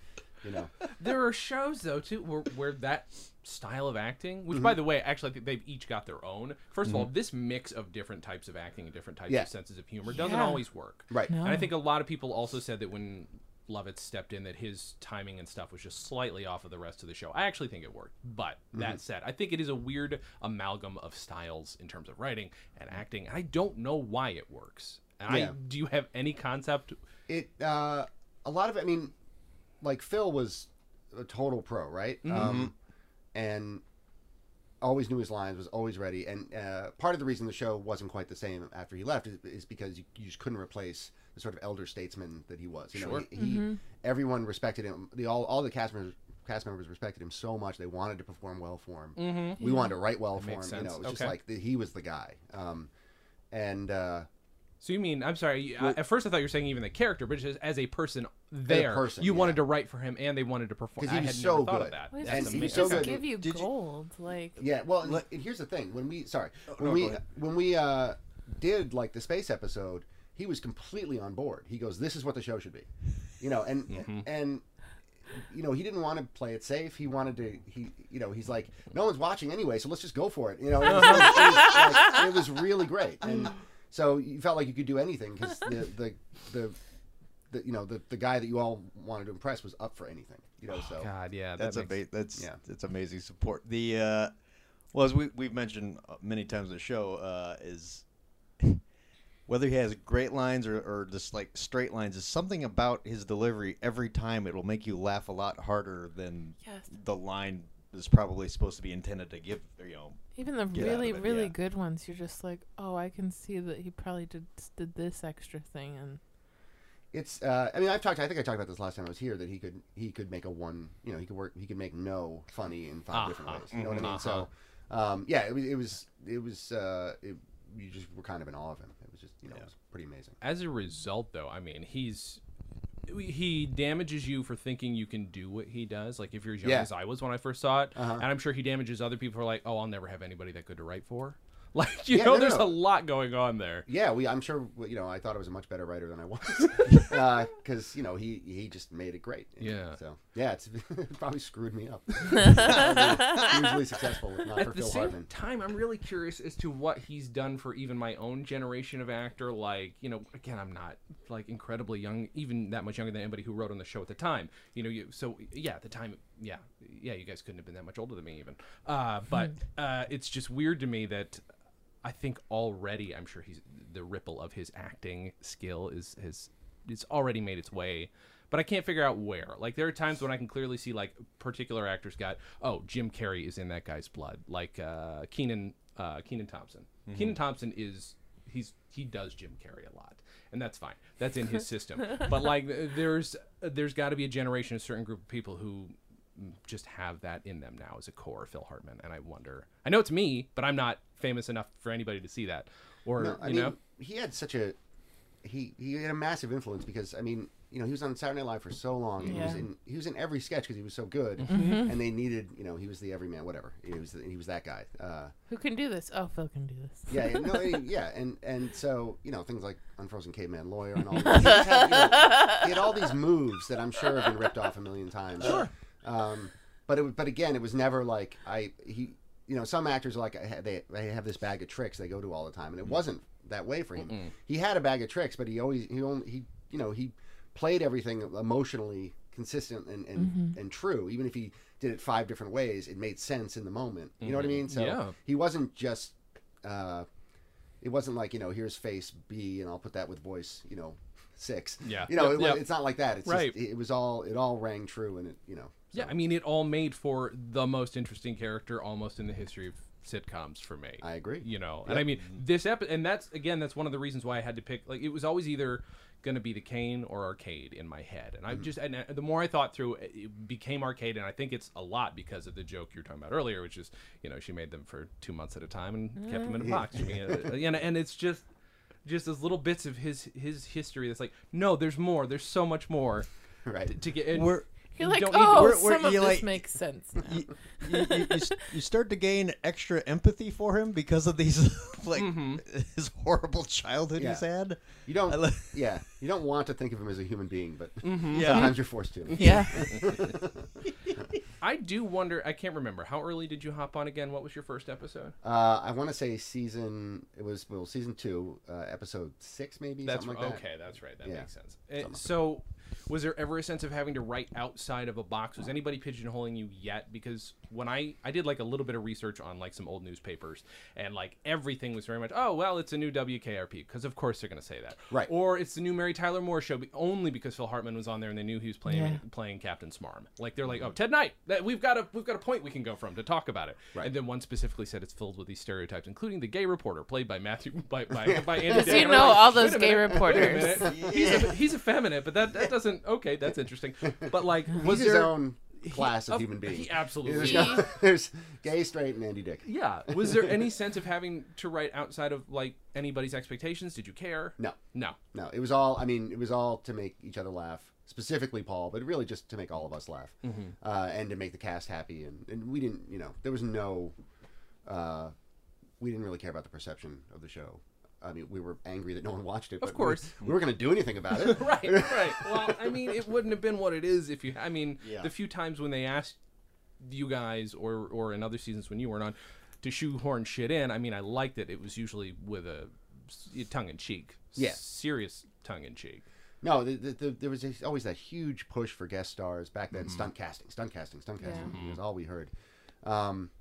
Speaker 4: You know,
Speaker 1: There are shows though too where, where that style of acting, which by
Speaker 4: Mm-hmm.
Speaker 1: the way, actually I think they've each got their own. 1st of all, this mix of different types of acting and different types
Speaker 4: Yeah.
Speaker 1: of senses of humor doesn't
Speaker 3: Yeah.
Speaker 1: always work.
Speaker 4: right?
Speaker 1: And I
Speaker 3: No.
Speaker 1: think a lot of people also said that when Lovitz stepped in, that his timing and stuff was just slightly off of the rest of the show. I actually think it worked, but
Speaker 4: Mm-hmm.
Speaker 1: that said, I think it is a weird amalgam of styles in terms of writing and acting. And I don't know why it works. And I
Speaker 4: Yeah.
Speaker 1: do you have any concept?
Speaker 4: It uh, a lot of it. I mean, like Phil was a total pro, right? Um, and always knew his lines, was always ready. And uh, part of the reason the show wasn't quite the same after he left is, is because you, you just couldn't replace the sort of elder statesman that he was. You know,
Speaker 1: Sure.
Speaker 4: he, he- everyone respected him. The all all the cast members cast members respected him so much they wanted to perform well for him. Mm-hmm. We wanted to write well for him.
Speaker 1: makes
Speaker 4: You know,
Speaker 1: sense.
Speaker 4: it was just
Speaker 1: Okay.
Speaker 4: like the, he was the guy. Um, and uh,
Speaker 1: So you mean I'm sorry? you- I- at first, I thought you were saying even the character, but just as a person there,
Speaker 4: person,
Speaker 1: you
Speaker 4: yeah.
Speaker 1: wanted to write for him, and they wanted to perform.
Speaker 4: 'Cause he
Speaker 1: I
Speaker 4: was
Speaker 1: had
Speaker 4: so
Speaker 1: never thought
Speaker 4: good.
Speaker 1: of that.
Speaker 3: Why
Speaker 4: And
Speaker 1: That's
Speaker 3: does
Speaker 4: he's
Speaker 3: he
Speaker 1: amazing.
Speaker 4: so
Speaker 3: just
Speaker 4: good.
Speaker 3: give you
Speaker 5: Did you-
Speaker 3: gold? Like,
Speaker 4: Yeah, well, and and here's the thing: when we sorry, when
Speaker 5: Oh, no,
Speaker 4: we
Speaker 5: go ahead.
Speaker 4: when we uh, did like the space episode, he was completely on board. He goes, "This is what the show should be," you know, and
Speaker 5: Mm-hmm.
Speaker 4: and you know he didn't want to play it safe. He wanted to he you know he's like, "No one's watching anyway, so let's just go for it." You know, it was, it was, like, it was really great, and so you felt like you could do anything because the the the. The, you know the, the guy that you all wanted to impress was up for anything you know so
Speaker 1: God, yeah,
Speaker 5: that's
Speaker 1: that
Speaker 5: a
Speaker 1: makes,
Speaker 5: ba- that's
Speaker 4: yeah.
Speaker 5: that's amazing support. The uh, well, as we we've mentioned uh, many times on the show uh, is whether he has great lines or, or just like straight lines is something about his delivery every time it'll make you laugh a lot harder than
Speaker 3: Yes.
Speaker 5: the line is probably supposed to be intended to give you know
Speaker 3: even the
Speaker 5: out
Speaker 3: really,
Speaker 5: of it,
Speaker 3: really
Speaker 5: yeah.
Speaker 3: good ones, you're just like, oh, I can see that he probably did did this extra thing, and
Speaker 4: it's uh, I mean I've talked I think I talked about this last time I was here that he could he could make a one you know he could work he could make no funny in 5 different
Speaker 1: Uh-huh.
Speaker 4: ways you know what I mean so um, yeah it was it was it was uh, it, you just were kind of in awe of him it was just you know it was pretty amazing
Speaker 1: as a result though i mean he's he damages you for thinking you can do what he does like if you're as young
Speaker 4: Yeah. Uh-huh.
Speaker 1: as i was when i first saw it and i'm sure he damages other people who are like oh i'll never have anybody that good to write for like you
Speaker 4: Yeah,
Speaker 1: know
Speaker 4: no,
Speaker 1: there's
Speaker 4: no.
Speaker 1: a lot going on there
Speaker 4: yeah we I'm sure well, you know I thought I was a much better writer than I was because you know he he just made it great
Speaker 1: Yeah.
Speaker 4: so yeah it's it probably screwed me up I was hugely successful if not for
Speaker 1: at the
Speaker 4: Phil
Speaker 1: same
Speaker 4: Hartman
Speaker 1: time i'm really curious as to what he's done for even my own generation of actor like you know again i'm not like incredibly young even that much younger than anybody who wrote on the show at the time you know you so yeah at the time yeah yeah you guys couldn't have been that much older than me even uh, but
Speaker 4: Hmm.
Speaker 1: uh, it's just weird to me that i think already i'm sure he's the ripple of his acting skill is has it's already made its way but I can't figure out where. Like there are times when I can clearly see like particular actors got oh Jim Carrey is in that guy's blood. Like uh, Keenan uh, Keenan Thompson. Keenan Thompson is he's he does Jim Carrey a lot, and that's fine. That's in his system. But like there's there's got to be a generation, a certain group of people who just have that in them now as a core Phil Hartman, and I wonder. I know it's me, but I'm not famous enough for anybody to see that. Or
Speaker 4: No, I
Speaker 1: you
Speaker 4: mean,
Speaker 1: know,
Speaker 4: he had such a he he had a massive influence because I mean, you know, he was on Saturday Night Live for so long. And he was
Speaker 3: Yeah.
Speaker 4: in he was in every sketch because he was so good, and they needed you know he was the everyman, whatever. He was he was that guy. Uh,
Speaker 3: Who can do this? Oh, Phil can do this.
Speaker 4: yeah, and no, and- yeah, and and so you know things like Unfrozen Caveman Lawyer and all. These, he, just had, you know, he had all these moves that I'm sure have been ripped off a million times. Sure. Um, but it, was- but again, it was never like I he you know some actors are like I ha- they they have this bag of tricks they go to all the time, and it wasn't that way for him. He had a bag of tricks, but he always he only he you know he played everything emotionally consistent and and, and true even if he did it five different ways it made sense in the moment you know what i mean so
Speaker 1: Mm-hmm. Yeah.
Speaker 4: he wasn't just uh, it wasn't like you know here's face B and I'll put that with voice you know six.
Speaker 1: Yeah.
Speaker 4: You know
Speaker 1: Yep,
Speaker 4: it, wa-
Speaker 1: yep.
Speaker 4: it's not like that. It's
Speaker 1: Right.
Speaker 4: just, it was all it all rang true and it you know. so-
Speaker 1: Yeah, I mean, it all made for the most interesting character almost in the history of sitcoms for me.
Speaker 4: I agree.
Speaker 1: You know, and I mean, this episode, and that's, again, that's one of the reasons why I had to pick, like, it was always either going to be the Kane or Arcade in my head. And I just, and uh, the more I thought through, it- it became Arcade, and I think it's a lot because of the joke you were talking about earlier, which is, you know, she made them for two months at a time and kept them in a box. I mean, uh, and, and it's just, just as little bits of his his history that's like, no, there's more. There's so much more
Speaker 4: Right.
Speaker 1: to get. And
Speaker 5: We're-
Speaker 3: You're like,
Speaker 1: don't need to-
Speaker 3: oh,
Speaker 5: We're- we're-
Speaker 3: some of
Speaker 5: you're
Speaker 3: this
Speaker 5: like-
Speaker 3: makes sense. Now.
Speaker 5: you, you, you, you s- you start to gain extra empathy for him because of these like his horrible childhood he's
Speaker 4: Yeah.
Speaker 5: had.
Speaker 4: You
Speaker 5: I
Speaker 4: don't.
Speaker 5: lo-
Speaker 4: yeah. You don't want to think of him as a human being, but
Speaker 1: Mm-hmm.
Speaker 5: Yeah.
Speaker 4: sometimes you're forced to.
Speaker 3: Yeah.
Speaker 1: I do wonder. I can't remember how early did you hop on again? What was your first episode?
Speaker 4: Uh, I want to say season it was well season two uh, episode six maybe
Speaker 1: That's
Speaker 4: something like that.
Speaker 1: okay. That's right. That
Speaker 4: Yeah.
Speaker 1: makes sense. Uh, so, was there ever a sense of having to write outside of a box? Was anybody pigeonholing you yet? Because when I I did like a little bit of research on like some old newspapers, and like everything was very much oh well it's a new WKRP because of course they're going to say that
Speaker 4: Right.
Speaker 1: or it's the new Mary Tyler Moore show be- only because Phil Hartman was on there and they knew he was playing
Speaker 3: Yeah.
Speaker 1: playing Captain Smarm. Like they're like oh Ted Knight that we've got a we've got a point we can go from to talk about it.
Speaker 4: Right.
Speaker 1: And then one specifically said it's filled with these stereotypes, including the gay reporter played by Matthew by by, by Andy.
Speaker 3: Because
Speaker 1: Dick.
Speaker 3: you
Speaker 1: And I'm
Speaker 3: know
Speaker 1: like,
Speaker 3: all
Speaker 1: "Wait a
Speaker 3: those gay
Speaker 1: minute, wait a
Speaker 3: reporters.
Speaker 1: minute." he's, a, he's effeminate, but that, that doesn't. Okay, that's interesting. But like, was
Speaker 4: He's his
Speaker 1: there?
Speaker 4: own class of
Speaker 1: of-
Speaker 4: human being.
Speaker 1: he absolutely
Speaker 4: There's,
Speaker 3: is.
Speaker 4: no- there's gay, straight, and Andy Dick.
Speaker 1: Yeah. Was there any sense of having to write outside of like anybody's expectations? Did you care?
Speaker 4: No.
Speaker 1: No.
Speaker 4: No, it was all. I mean, it was all to make each other laugh, specifically Paul, but really just to make all of us laugh,
Speaker 1: Mm-hmm.
Speaker 4: uh, and to make the cast happy. And, and we didn't, you know, there was no, uh, we didn't really care about the perception of the show. I mean, we were angry that no one watched it. Of
Speaker 1: course.
Speaker 4: we, we were going to do anything about it.
Speaker 1: Right. Right. Well, I mean, it wouldn't have been what it is if you. I mean,
Speaker 5: Yeah.
Speaker 1: the few times when they asked you guys or or in other seasons when you weren't on to shoehorn shit in, I mean, I liked it. It was usually with a s- tongue in cheek.
Speaker 4: Yeah.
Speaker 1: Serious tongue in cheek.
Speaker 4: No, the, the, the, there was this- always that huge push for guest stars back then. Stunt casting, stunt casting, stunt
Speaker 3: Yeah.
Speaker 4: casting was all we heard. Um,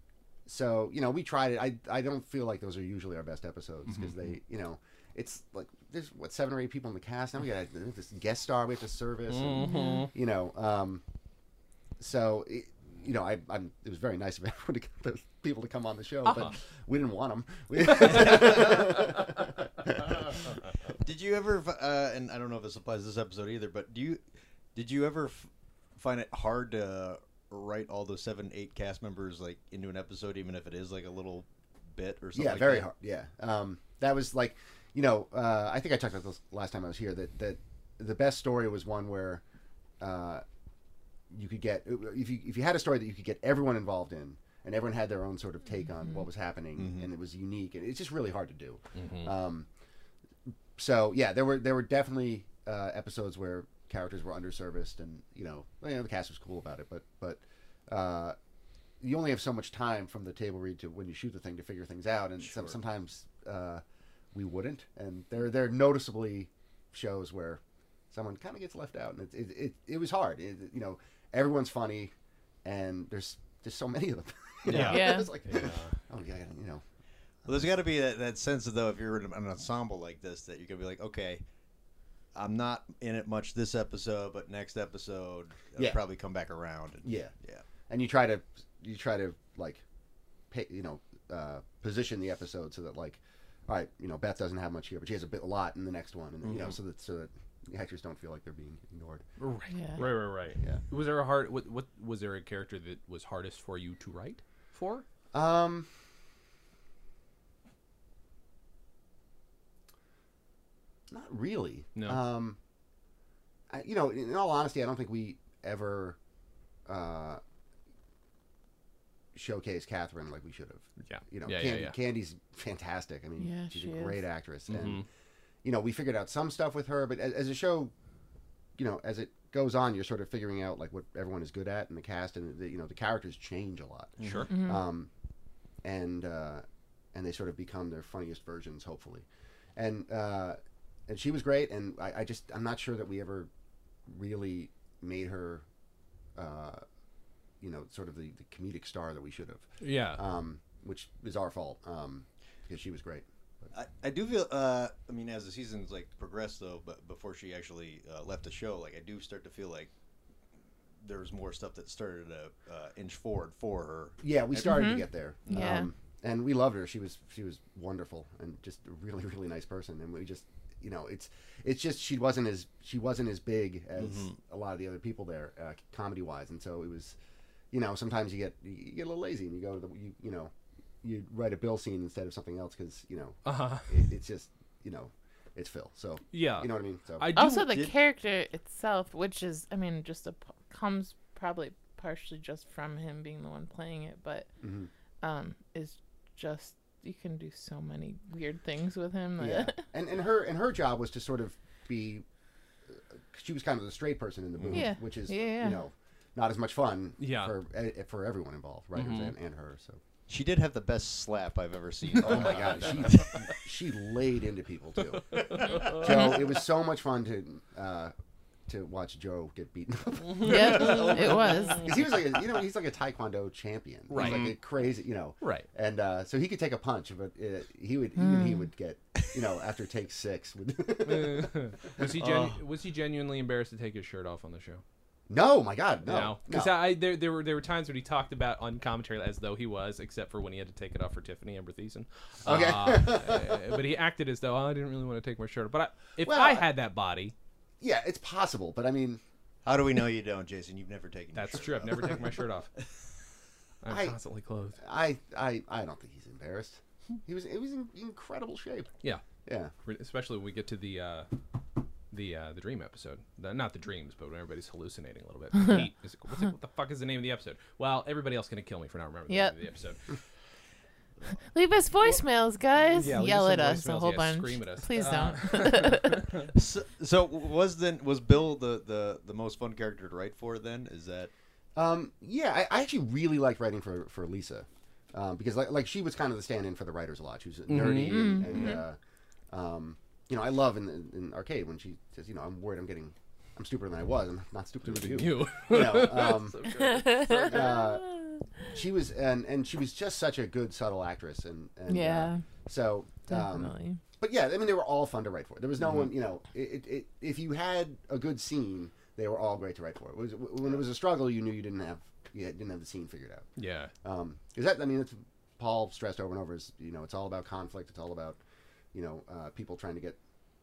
Speaker 4: so you know, we tried it. I I don't feel like those are usually our best episodes because they, you know, it's like there's what seven or eight people in the cast now. We got this guest star. We have to service. and,
Speaker 3: Mm-hmm.
Speaker 4: you know, um, so. It, you know, I, I'm. It was very nice of everyone to get those people to come on the show,
Speaker 1: Uh-huh.
Speaker 4: but we didn't want them.
Speaker 5: Did you ever? f- Uh, and I don't know if this applies to this episode either, but do you? Did you ever f- find it hard to write all those seven, eight cast members like into an episode, even if it is like a little bit or something?
Speaker 4: yeah
Speaker 5: like
Speaker 4: very
Speaker 5: that?
Speaker 4: hard yeah um, that was like you know uh, i think i talked about this last time i was here that, that the best story was one where uh, you could get if you, if you had a story that you could get everyone involved in and everyone had their own sort of take on what was happening and it was unique and it's just really hard to do um, so yeah there were there were definitely uh, episodes where characters were underserviced and you know, well, you know the cast was cool about it but but uh, you only have so much time from the table read to when you shoot the thing to figure things out, and some, sometimes uh, we wouldn't. And there, there are noticeably shows where someone kind of gets left out, and it, it, it, it was hard. It, you know, everyone's funny, and there's there's so many of them.
Speaker 5: Yeah.
Speaker 3: Yeah.
Speaker 4: it's like, oh yeah, you know,
Speaker 5: Well, there's got to be that, that sense though, if you're in an ensemble like this, that you can be like, okay, I'm not in it much this episode, but next episode, I'll
Speaker 4: Yeah.
Speaker 5: probably come back around. And,
Speaker 4: Yeah.
Speaker 5: yeah.
Speaker 4: and you try to you try to like pay, you know uh, position the episode so that like all right you know beth doesn't have much here but she has a bit a lot in the next one and you know so that so that the actors don't feel like they're being ignored
Speaker 1: Right.
Speaker 3: Yeah.
Speaker 1: Right. Right. Right.
Speaker 4: Yeah.
Speaker 1: Was there a hard? What, what was there a character that was hardest for you to write for?
Speaker 4: um not really
Speaker 1: No.
Speaker 4: um I- you know, in all honesty, I don't think we ever uh, showcased Catherine like we should have.
Speaker 1: Yeah.
Speaker 4: You know,
Speaker 1: Yeah, yeah,
Speaker 4: Candy,
Speaker 1: yeah.
Speaker 4: Candy's fantastic. I mean,
Speaker 3: Yeah,
Speaker 4: she's
Speaker 3: she
Speaker 4: a
Speaker 3: is.
Speaker 4: great actress,
Speaker 1: Mm-hmm.
Speaker 4: and you know, we figured out some stuff with her, but as, as a show, you know, as it goes on, you're sort of figuring out like what everyone is good at in the cast, and the, you know, the characters change a lot
Speaker 1: Sure.
Speaker 3: Mm-hmm. Mm.
Speaker 4: um, and uh, and they sort of become their funniest versions, hopefully. And uh, and she was great, and I, I just I'm not sure that we ever really made her, uh, you know, sort of the, the comedic star that we should have,
Speaker 1: Yeah.
Speaker 4: um, which is our fault um, because she was great.
Speaker 5: I, I do feel. Uh, I mean, as the seasons like progress, though, but before she actually uh, left the show, like I do start to feel like there's more stuff that started to uh, inch forward for her.
Speaker 4: Yeah, we started to get there.
Speaker 3: Yeah.
Speaker 4: Um, and we loved her. She was she was wonderful and just a really really nice person. And we just you know it's it's just she wasn't as she wasn't as big as a lot of the other people there uh, comedy wise. And so it was you know sometimes you get you get a little lazy and you go to the you you know you write a bill scene instead of something else because you know
Speaker 1: Uh-huh.
Speaker 4: it, it's just you know it's Phil. So
Speaker 1: Yeah.
Speaker 4: you know what I mean. So
Speaker 1: Uh, I do,
Speaker 3: also the
Speaker 5: did-
Speaker 3: character itself which is i mean just a, p- comes probably partially just from him being the one playing it but
Speaker 1: Mm-hmm.
Speaker 3: um is just you can do so many weird things with him
Speaker 4: yeah.
Speaker 3: that-
Speaker 4: and and her and her job was to sort of be uh, she was kind of the straight person in the movie
Speaker 3: Yeah.
Speaker 4: which is
Speaker 3: Yeah, yeah.
Speaker 4: you know not as much fun
Speaker 1: Yeah. Mm-hmm.
Speaker 4: for eh, for everyone involved writers and, and her so
Speaker 5: She did have the best slap I've ever seen.
Speaker 4: oh my god she she laid into people too joe it was so much fun to uh to watch joe get beaten up
Speaker 1: Oh,
Speaker 3: yeah it was
Speaker 4: 'Cause he was like a, you know he's like a taekwondo champion He's
Speaker 1: Right.
Speaker 4: like a crazy you know
Speaker 1: Right.
Speaker 4: and uh so he could take a punch but uh, he would even
Speaker 3: Hmm.
Speaker 4: he would get you know after take six would
Speaker 1: was he genu-
Speaker 4: Uh.
Speaker 1: was he genuinely embarrassed to take his shirt off on the show?
Speaker 4: no my god no
Speaker 1: No, because I there there were there were times when he talked about on commentary as though he was, except for when he had to take it off for Tiffany Amber Thiessen.
Speaker 4: Okay.
Speaker 1: Uh, but he acted as though oh, I didn't really want to take my shirt off. But I, if
Speaker 4: Well,
Speaker 1: I
Speaker 4: I-
Speaker 1: had that body,
Speaker 4: Yeah, it's possible, but I mean,
Speaker 5: How do we know you don't, Jason? You've never taken. your
Speaker 1: that's
Speaker 5: shirt
Speaker 1: true.
Speaker 5: off.
Speaker 1: I've never taken my shirt off. I'm
Speaker 4: I-
Speaker 1: constantly clothed.
Speaker 4: I I I don't think he's embarrassed. He was he was in incredible shape.
Speaker 1: Yeah,
Speaker 4: Yeah.
Speaker 1: especially when we get to the uh, the uh, the dream episode. The, not the dreams, but when everybody's hallucinating a little bit. Heat is- what's it- what the fuck is the name of the episode? Well, everybody else is gonna kill me for not remembering
Speaker 3: Yep.
Speaker 1: the name of the episode.
Speaker 3: leave us voicemails guys
Speaker 1: Yeah, leave
Speaker 3: yell
Speaker 1: us
Speaker 3: at
Speaker 1: some
Speaker 3: us a
Speaker 1: voicemails.
Speaker 3: whole
Speaker 1: Yeah,
Speaker 3: bunch
Speaker 1: scream at us.
Speaker 3: please
Speaker 1: Uh,
Speaker 3: don't
Speaker 5: So, so was then was Bill the, the the most fun character to write for? Then is that
Speaker 4: Um. Yeah, I, I actually really liked writing for for Lisa, um, because like like she was kind of the stand-in for the writers a lot. She was nerdy and, and uh, um, you know, I love in, in arcade when she says, you know, I'm worried I'm getting, I'm stupider than I was. I'm not stupider than you.
Speaker 1: You.
Speaker 4: You know, um,
Speaker 3: yeah
Speaker 4: uh, she was and and she was just such a good subtle actress and, and uh,
Speaker 3: Yeah.
Speaker 4: so um,
Speaker 3: definitely
Speaker 4: but yeah, I mean, they were all fun to write for. There was no one, you know, it, it, it, if you had a good scene, they were all great to write for. It was when it was a struggle, you knew you didn't have you didn't have the scene figured out.
Speaker 1: yeah.
Speaker 4: Um, is that I mean, that's Paul stressed over and over is you know it's all about conflict. It's all about you know uh, people trying to get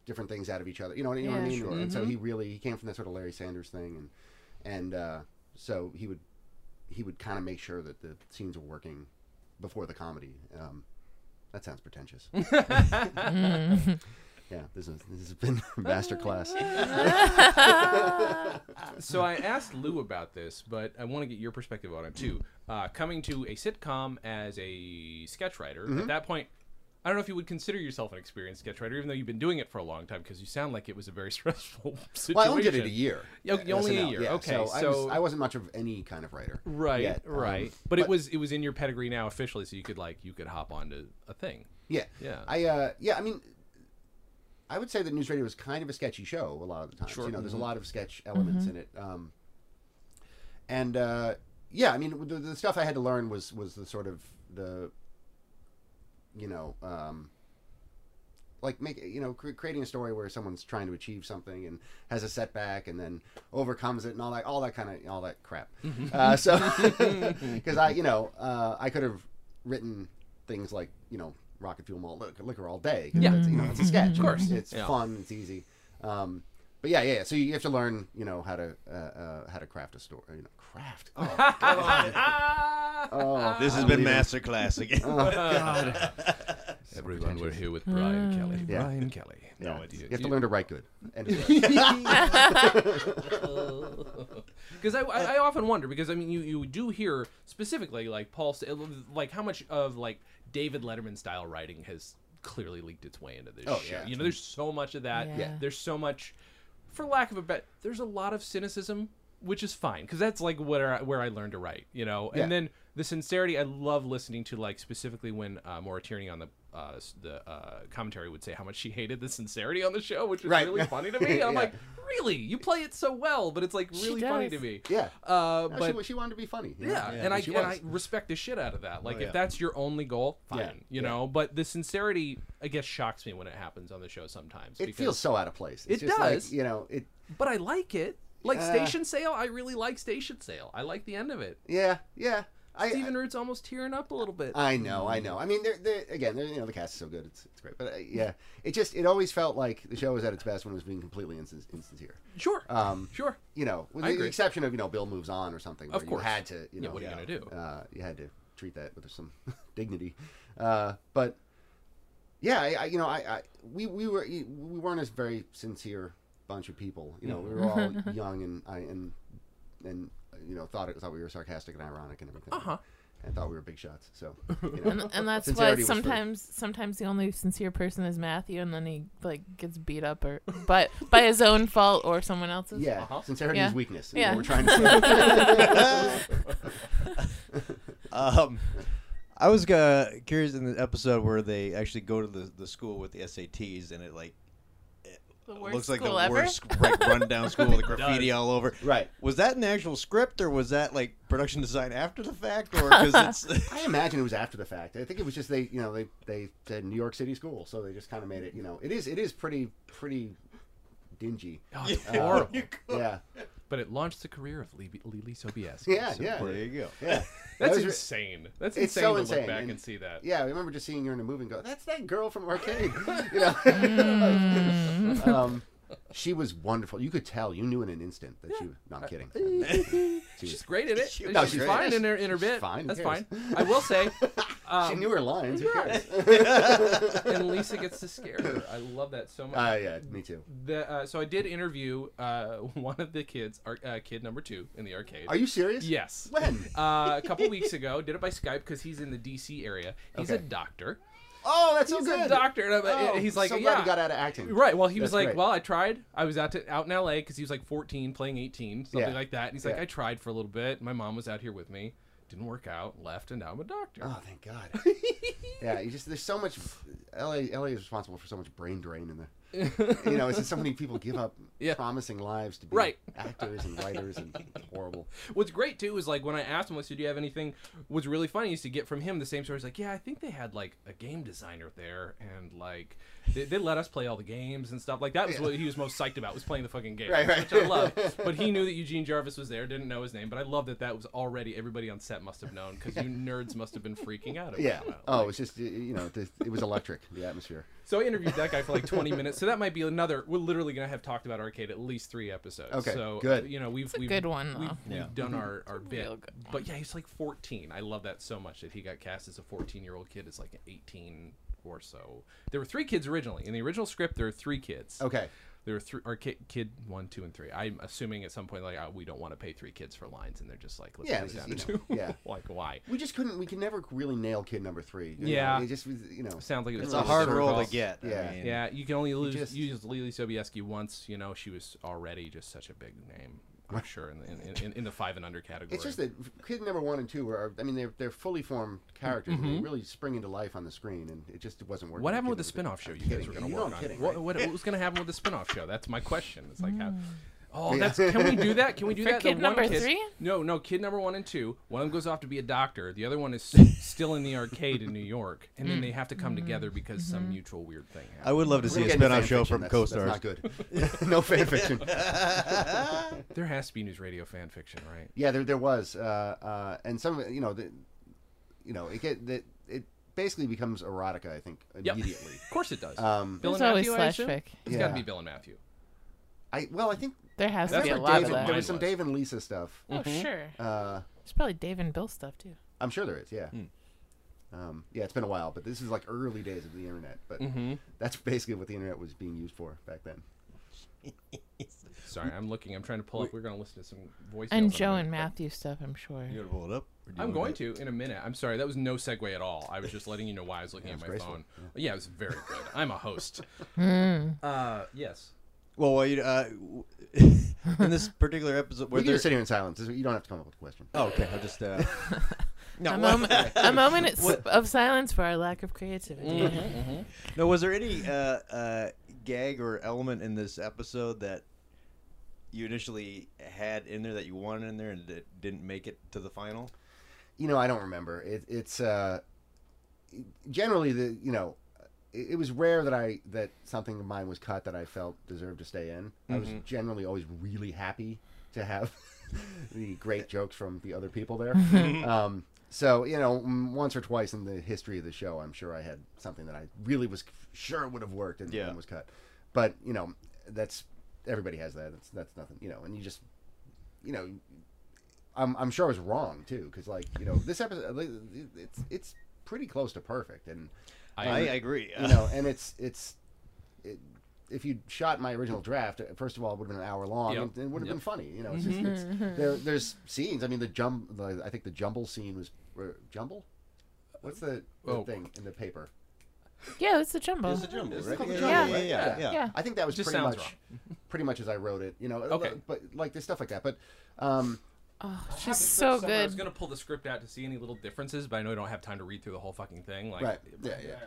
Speaker 4: different things out of each other. You know, what- you know what I
Speaker 3: Yeah,
Speaker 4: mean.
Speaker 3: sure. Mm-hmm.
Speaker 4: And so he really he came from that sort of Larry Sanders thing, and and uh, so he would he would kind of make sure that the scenes were working before the comedy. Um, that sounds pretentious. yeah, this is this has been a master class.
Speaker 3: Mm.
Speaker 1: so I asked Lou about this, but I want to get your perspective on it too. Uh, coming to a sitcom as a sketch writer,
Speaker 4: Mm-hmm.
Speaker 1: at that point, I don't know if you would consider yourself an experienced sketch writer, even though you've been doing it for a long time, because you sound like it was a very stressful situation.
Speaker 4: Well, I only did it a year.
Speaker 1: Yeah, okay, only a
Speaker 4: SNL,
Speaker 1: year.
Speaker 4: Yeah,
Speaker 1: Okay,
Speaker 4: so, I,
Speaker 1: so-
Speaker 4: was, I wasn't much of any kind of writer.
Speaker 1: Right,
Speaker 4: yet, um,
Speaker 1: right. but, it was it was in your pedigree now officially, so you could like you could hop onto a thing.
Speaker 4: Yeah.
Speaker 1: Yeah.
Speaker 4: I uh yeah, I mean I would say that news radio is kind of a sketchy show a lot of the times. You know, there's a
Speaker 1: Mm-hmm.
Speaker 4: lot of sketch elements in it. Um and uh yeah, I mean the, the stuff I had to learn was was the sort of the you know, um like make you know cre- creating a story where someone's trying to achieve something and has a setback and then overcomes it and all that all that kind of all that crap.
Speaker 1: Mm-hmm.
Speaker 4: Uh, so because I you know uh, I could have written things like you know rocket fuel malt liquor, liquor all day. 'cause
Speaker 1: Yeah. Mm-hmm.
Speaker 4: that's, you know it's a sketch. Of
Speaker 1: course.
Speaker 4: it's
Speaker 1: Yeah.
Speaker 4: fun. It's easy. Um, but yeah, yeah, yeah. So you have to learn, you know, how to uh, uh, how to craft a story. You know, craft. Oh, Oh,
Speaker 5: this has been masterclass again?
Speaker 4: so
Speaker 1: Everyone, we're
Speaker 4: pretentious.
Speaker 1: here with Brian Kelly.
Speaker 4: Yeah.
Speaker 1: Brian Kelly.
Speaker 4: Yeah,
Speaker 5: No, it's-
Speaker 4: you have to learn to write good. And
Speaker 1: Because I, I, I often wonder because I mean you, you do hear specifically like Paul Sta- like how much of like David Letterman style writing has clearly leaked its way into this
Speaker 4: Oh,
Speaker 1: shit.
Speaker 4: yeah.
Speaker 1: You know, there's so much of that.
Speaker 3: Yeah.
Speaker 1: There's so much, for lack of a bet, there's a lot of cynicism, which is fine because that's like where I, where I learned to write. You know,
Speaker 4: Yeah.
Speaker 1: and then the sincerity I love listening to like specifically when uh, Maura Tierney on the. Uh, s- the uh, commentary would say how much she hated the sincerity on the show, which is
Speaker 4: Right.
Speaker 1: really funny to me. And I'm
Speaker 4: Yeah.
Speaker 1: like, really? You play it so well, but it's like
Speaker 3: She
Speaker 1: really funny to
Speaker 3: does.
Speaker 1: me.
Speaker 4: yeah.
Speaker 1: Uh,
Speaker 4: No,
Speaker 1: but
Speaker 4: she, she wanted to be funny. you know?
Speaker 1: yeah, and I
Speaker 4: she
Speaker 1: and
Speaker 4: was. Oh,
Speaker 1: I respect the shit out of that. Like
Speaker 5: yeah.
Speaker 1: if that's your only goal, fine,
Speaker 4: Yeah,
Speaker 1: you know. But the sincerity, I guess, shocks me when it happens on the show sometimes.
Speaker 4: it feels so out of place. It's
Speaker 1: It
Speaker 4: just
Speaker 1: does.
Speaker 4: Like, you know, it.
Speaker 1: but I like it. Like
Speaker 4: Yeah.
Speaker 1: Station Sale, I really like Station Sale. I like the end of it.
Speaker 4: Yeah, yeah. I, Uh,
Speaker 1: Steven Root's almost tearing up a little bit.
Speaker 4: I know, I know. I mean, they're, they're, again, they're, you know, the cast is so good, it's, it's great. But uh, yeah, it just it always felt like the show was at its best when it was being completely insin- insincere.
Speaker 1: sure,
Speaker 4: Um,
Speaker 1: sure.
Speaker 4: You know, with
Speaker 1: I
Speaker 4: the
Speaker 1: agree.
Speaker 4: exception of you know Bill moves on or something.
Speaker 1: Of
Speaker 4: where
Speaker 1: course.
Speaker 4: you had to. You know,
Speaker 1: yeah, what are you gonna do?
Speaker 4: Uh, you had to treat that with some dignity. Uh, but yeah, I, I you know, I, I we, we were e, we weren't a very sincere bunch of people. You know, we were
Speaker 1: Mm-hmm.
Speaker 4: all young and I and and you know thought it thought we were sarcastic and ironic and everything.
Speaker 1: Uh-huh.
Speaker 4: And thought we were big shots. So you know,
Speaker 3: And, and that's why
Speaker 4: Sincerity was free.
Speaker 3: sometimes sometimes the only sincere person is Matthew, and then he like gets beat up or but by his own fault or someone else's.
Speaker 4: yeah,
Speaker 1: Uh-huh.
Speaker 4: sincerity
Speaker 3: Yeah.
Speaker 4: is weakness.
Speaker 3: Yeah.
Speaker 4: Yeah, we're trying to.
Speaker 5: Um, I was uh, curious in the episode where they actually go to the, the school with the SATs and it like
Speaker 3: The worst
Speaker 5: looks like the
Speaker 3: school ever.
Speaker 5: worst like, rundown school with graffiti all over.
Speaker 4: Right.
Speaker 5: Was that an actual script or was that like production design after the fact or because it's
Speaker 4: I imagine it was after the fact. I think it was just they, you know, they they said New York City school, so they just kind of made it. You know, it is it is pretty pretty dingy. Uh,
Speaker 1: Oh, it's horrible.
Speaker 4: Yeah,
Speaker 1: But it launched the career of Lili Lili Sobieski.
Speaker 4: yeah,
Speaker 1: So-
Speaker 4: yeah,
Speaker 5: there you go.
Speaker 4: yeah. That
Speaker 1: That's
Speaker 4: was re-
Speaker 1: insane. That's
Speaker 4: It's
Speaker 1: insane
Speaker 4: so
Speaker 1: to
Speaker 4: insane,
Speaker 1: look back
Speaker 4: and-
Speaker 1: and see that.
Speaker 4: yeah, I remember just seeing her in a movie and go, "That's that girl from Arcade." you know,
Speaker 1: Mm.
Speaker 4: um, she was wonderful. You could tell. You knew in an instant that she. No,
Speaker 1: Uh,
Speaker 4: I'm kidding. she,
Speaker 1: She's great in it.
Speaker 4: No,
Speaker 1: she's
Speaker 4: she's great.
Speaker 1: fine in her, in her
Speaker 4: She's
Speaker 1: bit.
Speaker 4: fine, who
Speaker 1: That's
Speaker 4: cares?
Speaker 1: fine. I will say,
Speaker 4: she
Speaker 1: um,
Speaker 4: knew her lines. Who cares?
Speaker 1: and Lisa gets to scare her. I love that so much.
Speaker 4: Uh, yeah, me too.
Speaker 1: the, uh, so I did interview uh, one of the kids, our, uh, kid number two, in the arcade.
Speaker 4: Are you serious?
Speaker 1: Yes.
Speaker 4: When?
Speaker 1: Uh, a couple weeks ago, did it by Skype because he's in the DC area. He's a
Speaker 4: Okay.
Speaker 1: doctor.
Speaker 4: Oh, that's
Speaker 1: he's
Speaker 4: so good.
Speaker 1: a doctor. And I'm-
Speaker 4: Oh,
Speaker 1: he's like,
Speaker 4: so
Speaker 1: yeah.
Speaker 4: glad he got out of acting.
Speaker 1: Right. Well, he was
Speaker 4: That's
Speaker 1: like,
Speaker 4: great.
Speaker 1: well, I tried. I was out to out in L.A. because he was like 14, playing 18, something
Speaker 4: Yeah.
Speaker 1: like that. And he's like,
Speaker 4: Yeah.
Speaker 1: I tried for a little bit. My mom was out here with me. Didn't work out. Left, and now I'm a doctor.
Speaker 4: Oh, thank God. yeah, you just there's so much. LA LA is responsible for so much brain drain in the. you know, it's just so many people give up
Speaker 1: Yeah.
Speaker 4: promising lives to be
Speaker 1: Right.
Speaker 4: actors and writers and it's horrible.
Speaker 1: What's great too is like when I asked him, like, so do you have anything? What's really funny is to get from him the same story. He's like, yeah, I think they had like a game designer there, and like they, they let us play all the games and stuff. Like that was what he was most psyched about was playing the fucking game,
Speaker 4: Right, right.
Speaker 1: which I love. But he knew that Eugene Jarvis was there, didn't know his name, but I love that that was already everybody on set must have known because you nerds must have been freaking out. About
Speaker 4: Yeah.
Speaker 1: it.
Speaker 4: Oh, it's just y- you know the, it was electric the atmosphere.
Speaker 1: So I interviewed that guy for like 20 minutes. So that might be another. We're literally gonna have talked about arcade at least three episodes.
Speaker 4: Okay,
Speaker 1: So
Speaker 4: good.
Speaker 1: You know, we've
Speaker 3: a
Speaker 1: we've
Speaker 3: good one,
Speaker 1: We've,
Speaker 3: though.
Speaker 1: we've
Speaker 5: Yeah.
Speaker 1: done our our bit.
Speaker 3: real good
Speaker 1: But yeah, he's like 14. I love that so much that he got cast as a 14 year old kid. It's like an 18 or so. There were three kids originally in the original script. There were three kids.
Speaker 4: Okay.
Speaker 1: There were three or ki- kid one, two, and three. I'm assuming at some point like oh, we don't want to pay three kids for lines, and they're just like let's
Speaker 4: Yeah,
Speaker 1: cut it
Speaker 4: it's
Speaker 1: down
Speaker 4: just,
Speaker 1: to
Speaker 4: you
Speaker 1: two.
Speaker 4: know, yeah.
Speaker 1: like why?
Speaker 4: We just couldn't. We could never really nail kid number three. you know?
Speaker 1: Yeah.
Speaker 4: It just was. You know.
Speaker 1: Sounds like it
Speaker 5: It's
Speaker 1: was
Speaker 5: a
Speaker 1: really
Speaker 5: hard
Speaker 1: circles.
Speaker 5: role to get. I
Speaker 4: Yeah.
Speaker 5: mean,
Speaker 1: Yeah, you can only lose
Speaker 4: just-
Speaker 1: use Lily Sobieski once. You know, she was already just such a big name. I'm sure in the, in, in, in the five and under category.
Speaker 4: It's just that kid number one and two are. I mean, they're they're fully formed characters. and they really spring into life on the screen, and it just wasn't working.
Speaker 1: Mm-hmm. what happened with the
Speaker 4: Kid number
Speaker 1: spin-off
Speaker 4: two.
Speaker 1: show
Speaker 4: I'm
Speaker 1: you guys
Speaker 4: kidding.
Speaker 1: were going to
Speaker 4: You know
Speaker 1: work
Speaker 4: I'm
Speaker 1: on?
Speaker 4: kidding,
Speaker 1: what,
Speaker 4: right?
Speaker 1: what, what was going to happen with the spin-off show? That's my question. It's like, how, oh, that's can we do that? Can we do that? The
Speaker 3: Hmm. kid
Speaker 1: one
Speaker 3: number three?
Speaker 1: No, no, kid number one and two. One of them goes off to be a doctor. The other one is s- still in the arcade in New York, and then they have to come together
Speaker 3: Mm-hmm.
Speaker 1: because some mutual weird thing happens.
Speaker 5: I would love to
Speaker 4: We're
Speaker 5: see a
Speaker 4: getting
Speaker 5: spin-off
Speaker 4: fan
Speaker 5: show
Speaker 4: fiction.
Speaker 5: from
Speaker 4: That's-
Speaker 5: co-stars.
Speaker 4: That's not good. no fan fiction.
Speaker 1: There has to be news radio fan fiction, right?
Speaker 4: Yeah, there there was, uh, uh, and some of it, you know, the, you know, it get that it basically becomes erotica. I think
Speaker 1: Yep.
Speaker 4: immediately.
Speaker 1: Of course it does.
Speaker 4: Um,
Speaker 1: Bill
Speaker 3: There's
Speaker 1: and
Speaker 3: always
Speaker 1: Matthew, I
Speaker 3: slash
Speaker 1: assume?
Speaker 3: fic.
Speaker 1: It's got to
Speaker 4: Yeah.
Speaker 1: be Bill and Matthew.
Speaker 4: I well, I think
Speaker 3: There has to
Speaker 1: That's
Speaker 3: be a
Speaker 1: what
Speaker 3: lot
Speaker 4: Dave
Speaker 3: of
Speaker 1: David
Speaker 4: and,
Speaker 3: that.
Speaker 4: there
Speaker 1: Mine
Speaker 4: was some
Speaker 1: was.
Speaker 4: Dave and Lisa stuff.
Speaker 3: Oh sure.
Speaker 4: Uh,
Speaker 3: There's probably Dave and Bill stuff too.
Speaker 4: I'm sure there is. Yeah. Um, yeah, it's been a while, but this is like early days of the internet. But that's basically what the internet was being used for back then.
Speaker 1: Sorry, I'm looking. I'm trying to pull up. We're going to listen to some voice.
Speaker 3: And Joe and Matthew stuff, I'm sure.
Speaker 5: You gonna pull it up? or do you
Speaker 1: I'm
Speaker 5: want
Speaker 1: going to in a minute. I'm sorry. That was no segue at all. I was just letting you know why I was looking at my
Speaker 4: graceful.
Speaker 1: phone. Yeah. it was very good. I'm a host.
Speaker 3: Hmm.
Speaker 1: uh, yes.
Speaker 5: Well, well, you, uh, w- in this particular episode, where
Speaker 4: We can
Speaker 5: they're
Speaker 4: just sit here in silence. This- You don't have to come up with a question.
Speaker 5: oh, okay, I'll just uh, no.
Speaker 3: A
Speaker 5: well-
Speaker 3: moment, a moment it's- of silence for our lack of creativity.
Speaker 5: No, was there any uh, uh, gag or element in this episode that you initially had in there that you wanted in there and that didn't make it to the final?
Speaker 4: you know, I don't remember. It, it's uh, generally the you know, it, it was rare that I that something of mine was cut that I felt deserved to stay in. I was generally always really happy to have the great jokes from the other people there. um, so you know, m- once or twice in the history of the show, I'm sure I had something that I really was sure would have worked and,
Speaker 5: Yeah.
Speaker 4: and was cut. But you know, that's everybody has that. That's that's nothing. You know, and you just you know I'm, I'm sure I was wrong too, because like you know this episode, like, it's it's pretty close to perfect, and
Speaker 1: I,
Speaker 5: I, agree.
Speaker 4: you know, and it's it's it, if you shot my original draft, uh, first of all, it would have been an hour long,
Speaker 1: Yep.
Speaker 4: and it would have been
Speaker 1: Yep.
Speaker 4: funny. You know, it's just, it's, there, there's scenes. I mean, the jum, the, I think the jumble scene was or jumble. What's the, the
Speaker 1: Oh.
Speaker 4: thing in the paper?
Speaker 3: yeah, it's the jumbo.
Speaker 5: It's a jumble, right?
Speaker 4: called a
Speaker 5: yeah,
Speaker 4: jumble,
Speaker 5: yeah,
Speaker 4: right?
Speaker 5: yeah,
Speaker 4: Yeah.
Speaker 5: yeah.
Speaker 3: Yeah.
Speaker 4: I think that was
Speaker 1: Just
Speaker 4: pretty
Speaker 1: sounds
Speaker 4: much pretty much as I wrote it. You know,
Speaker 1: Okay.
Speaker 4: but like there's stuff like that, but. Um,
Speaker 3: Oh, She's so
Speaker 1: I was
Speaker 3: good.
Speaker 1: gonna pull the script out to see any little differences, but I know I don't have time to read through the whole fucking thing. Like,
Speaker 4: Right. Yeah, yeah.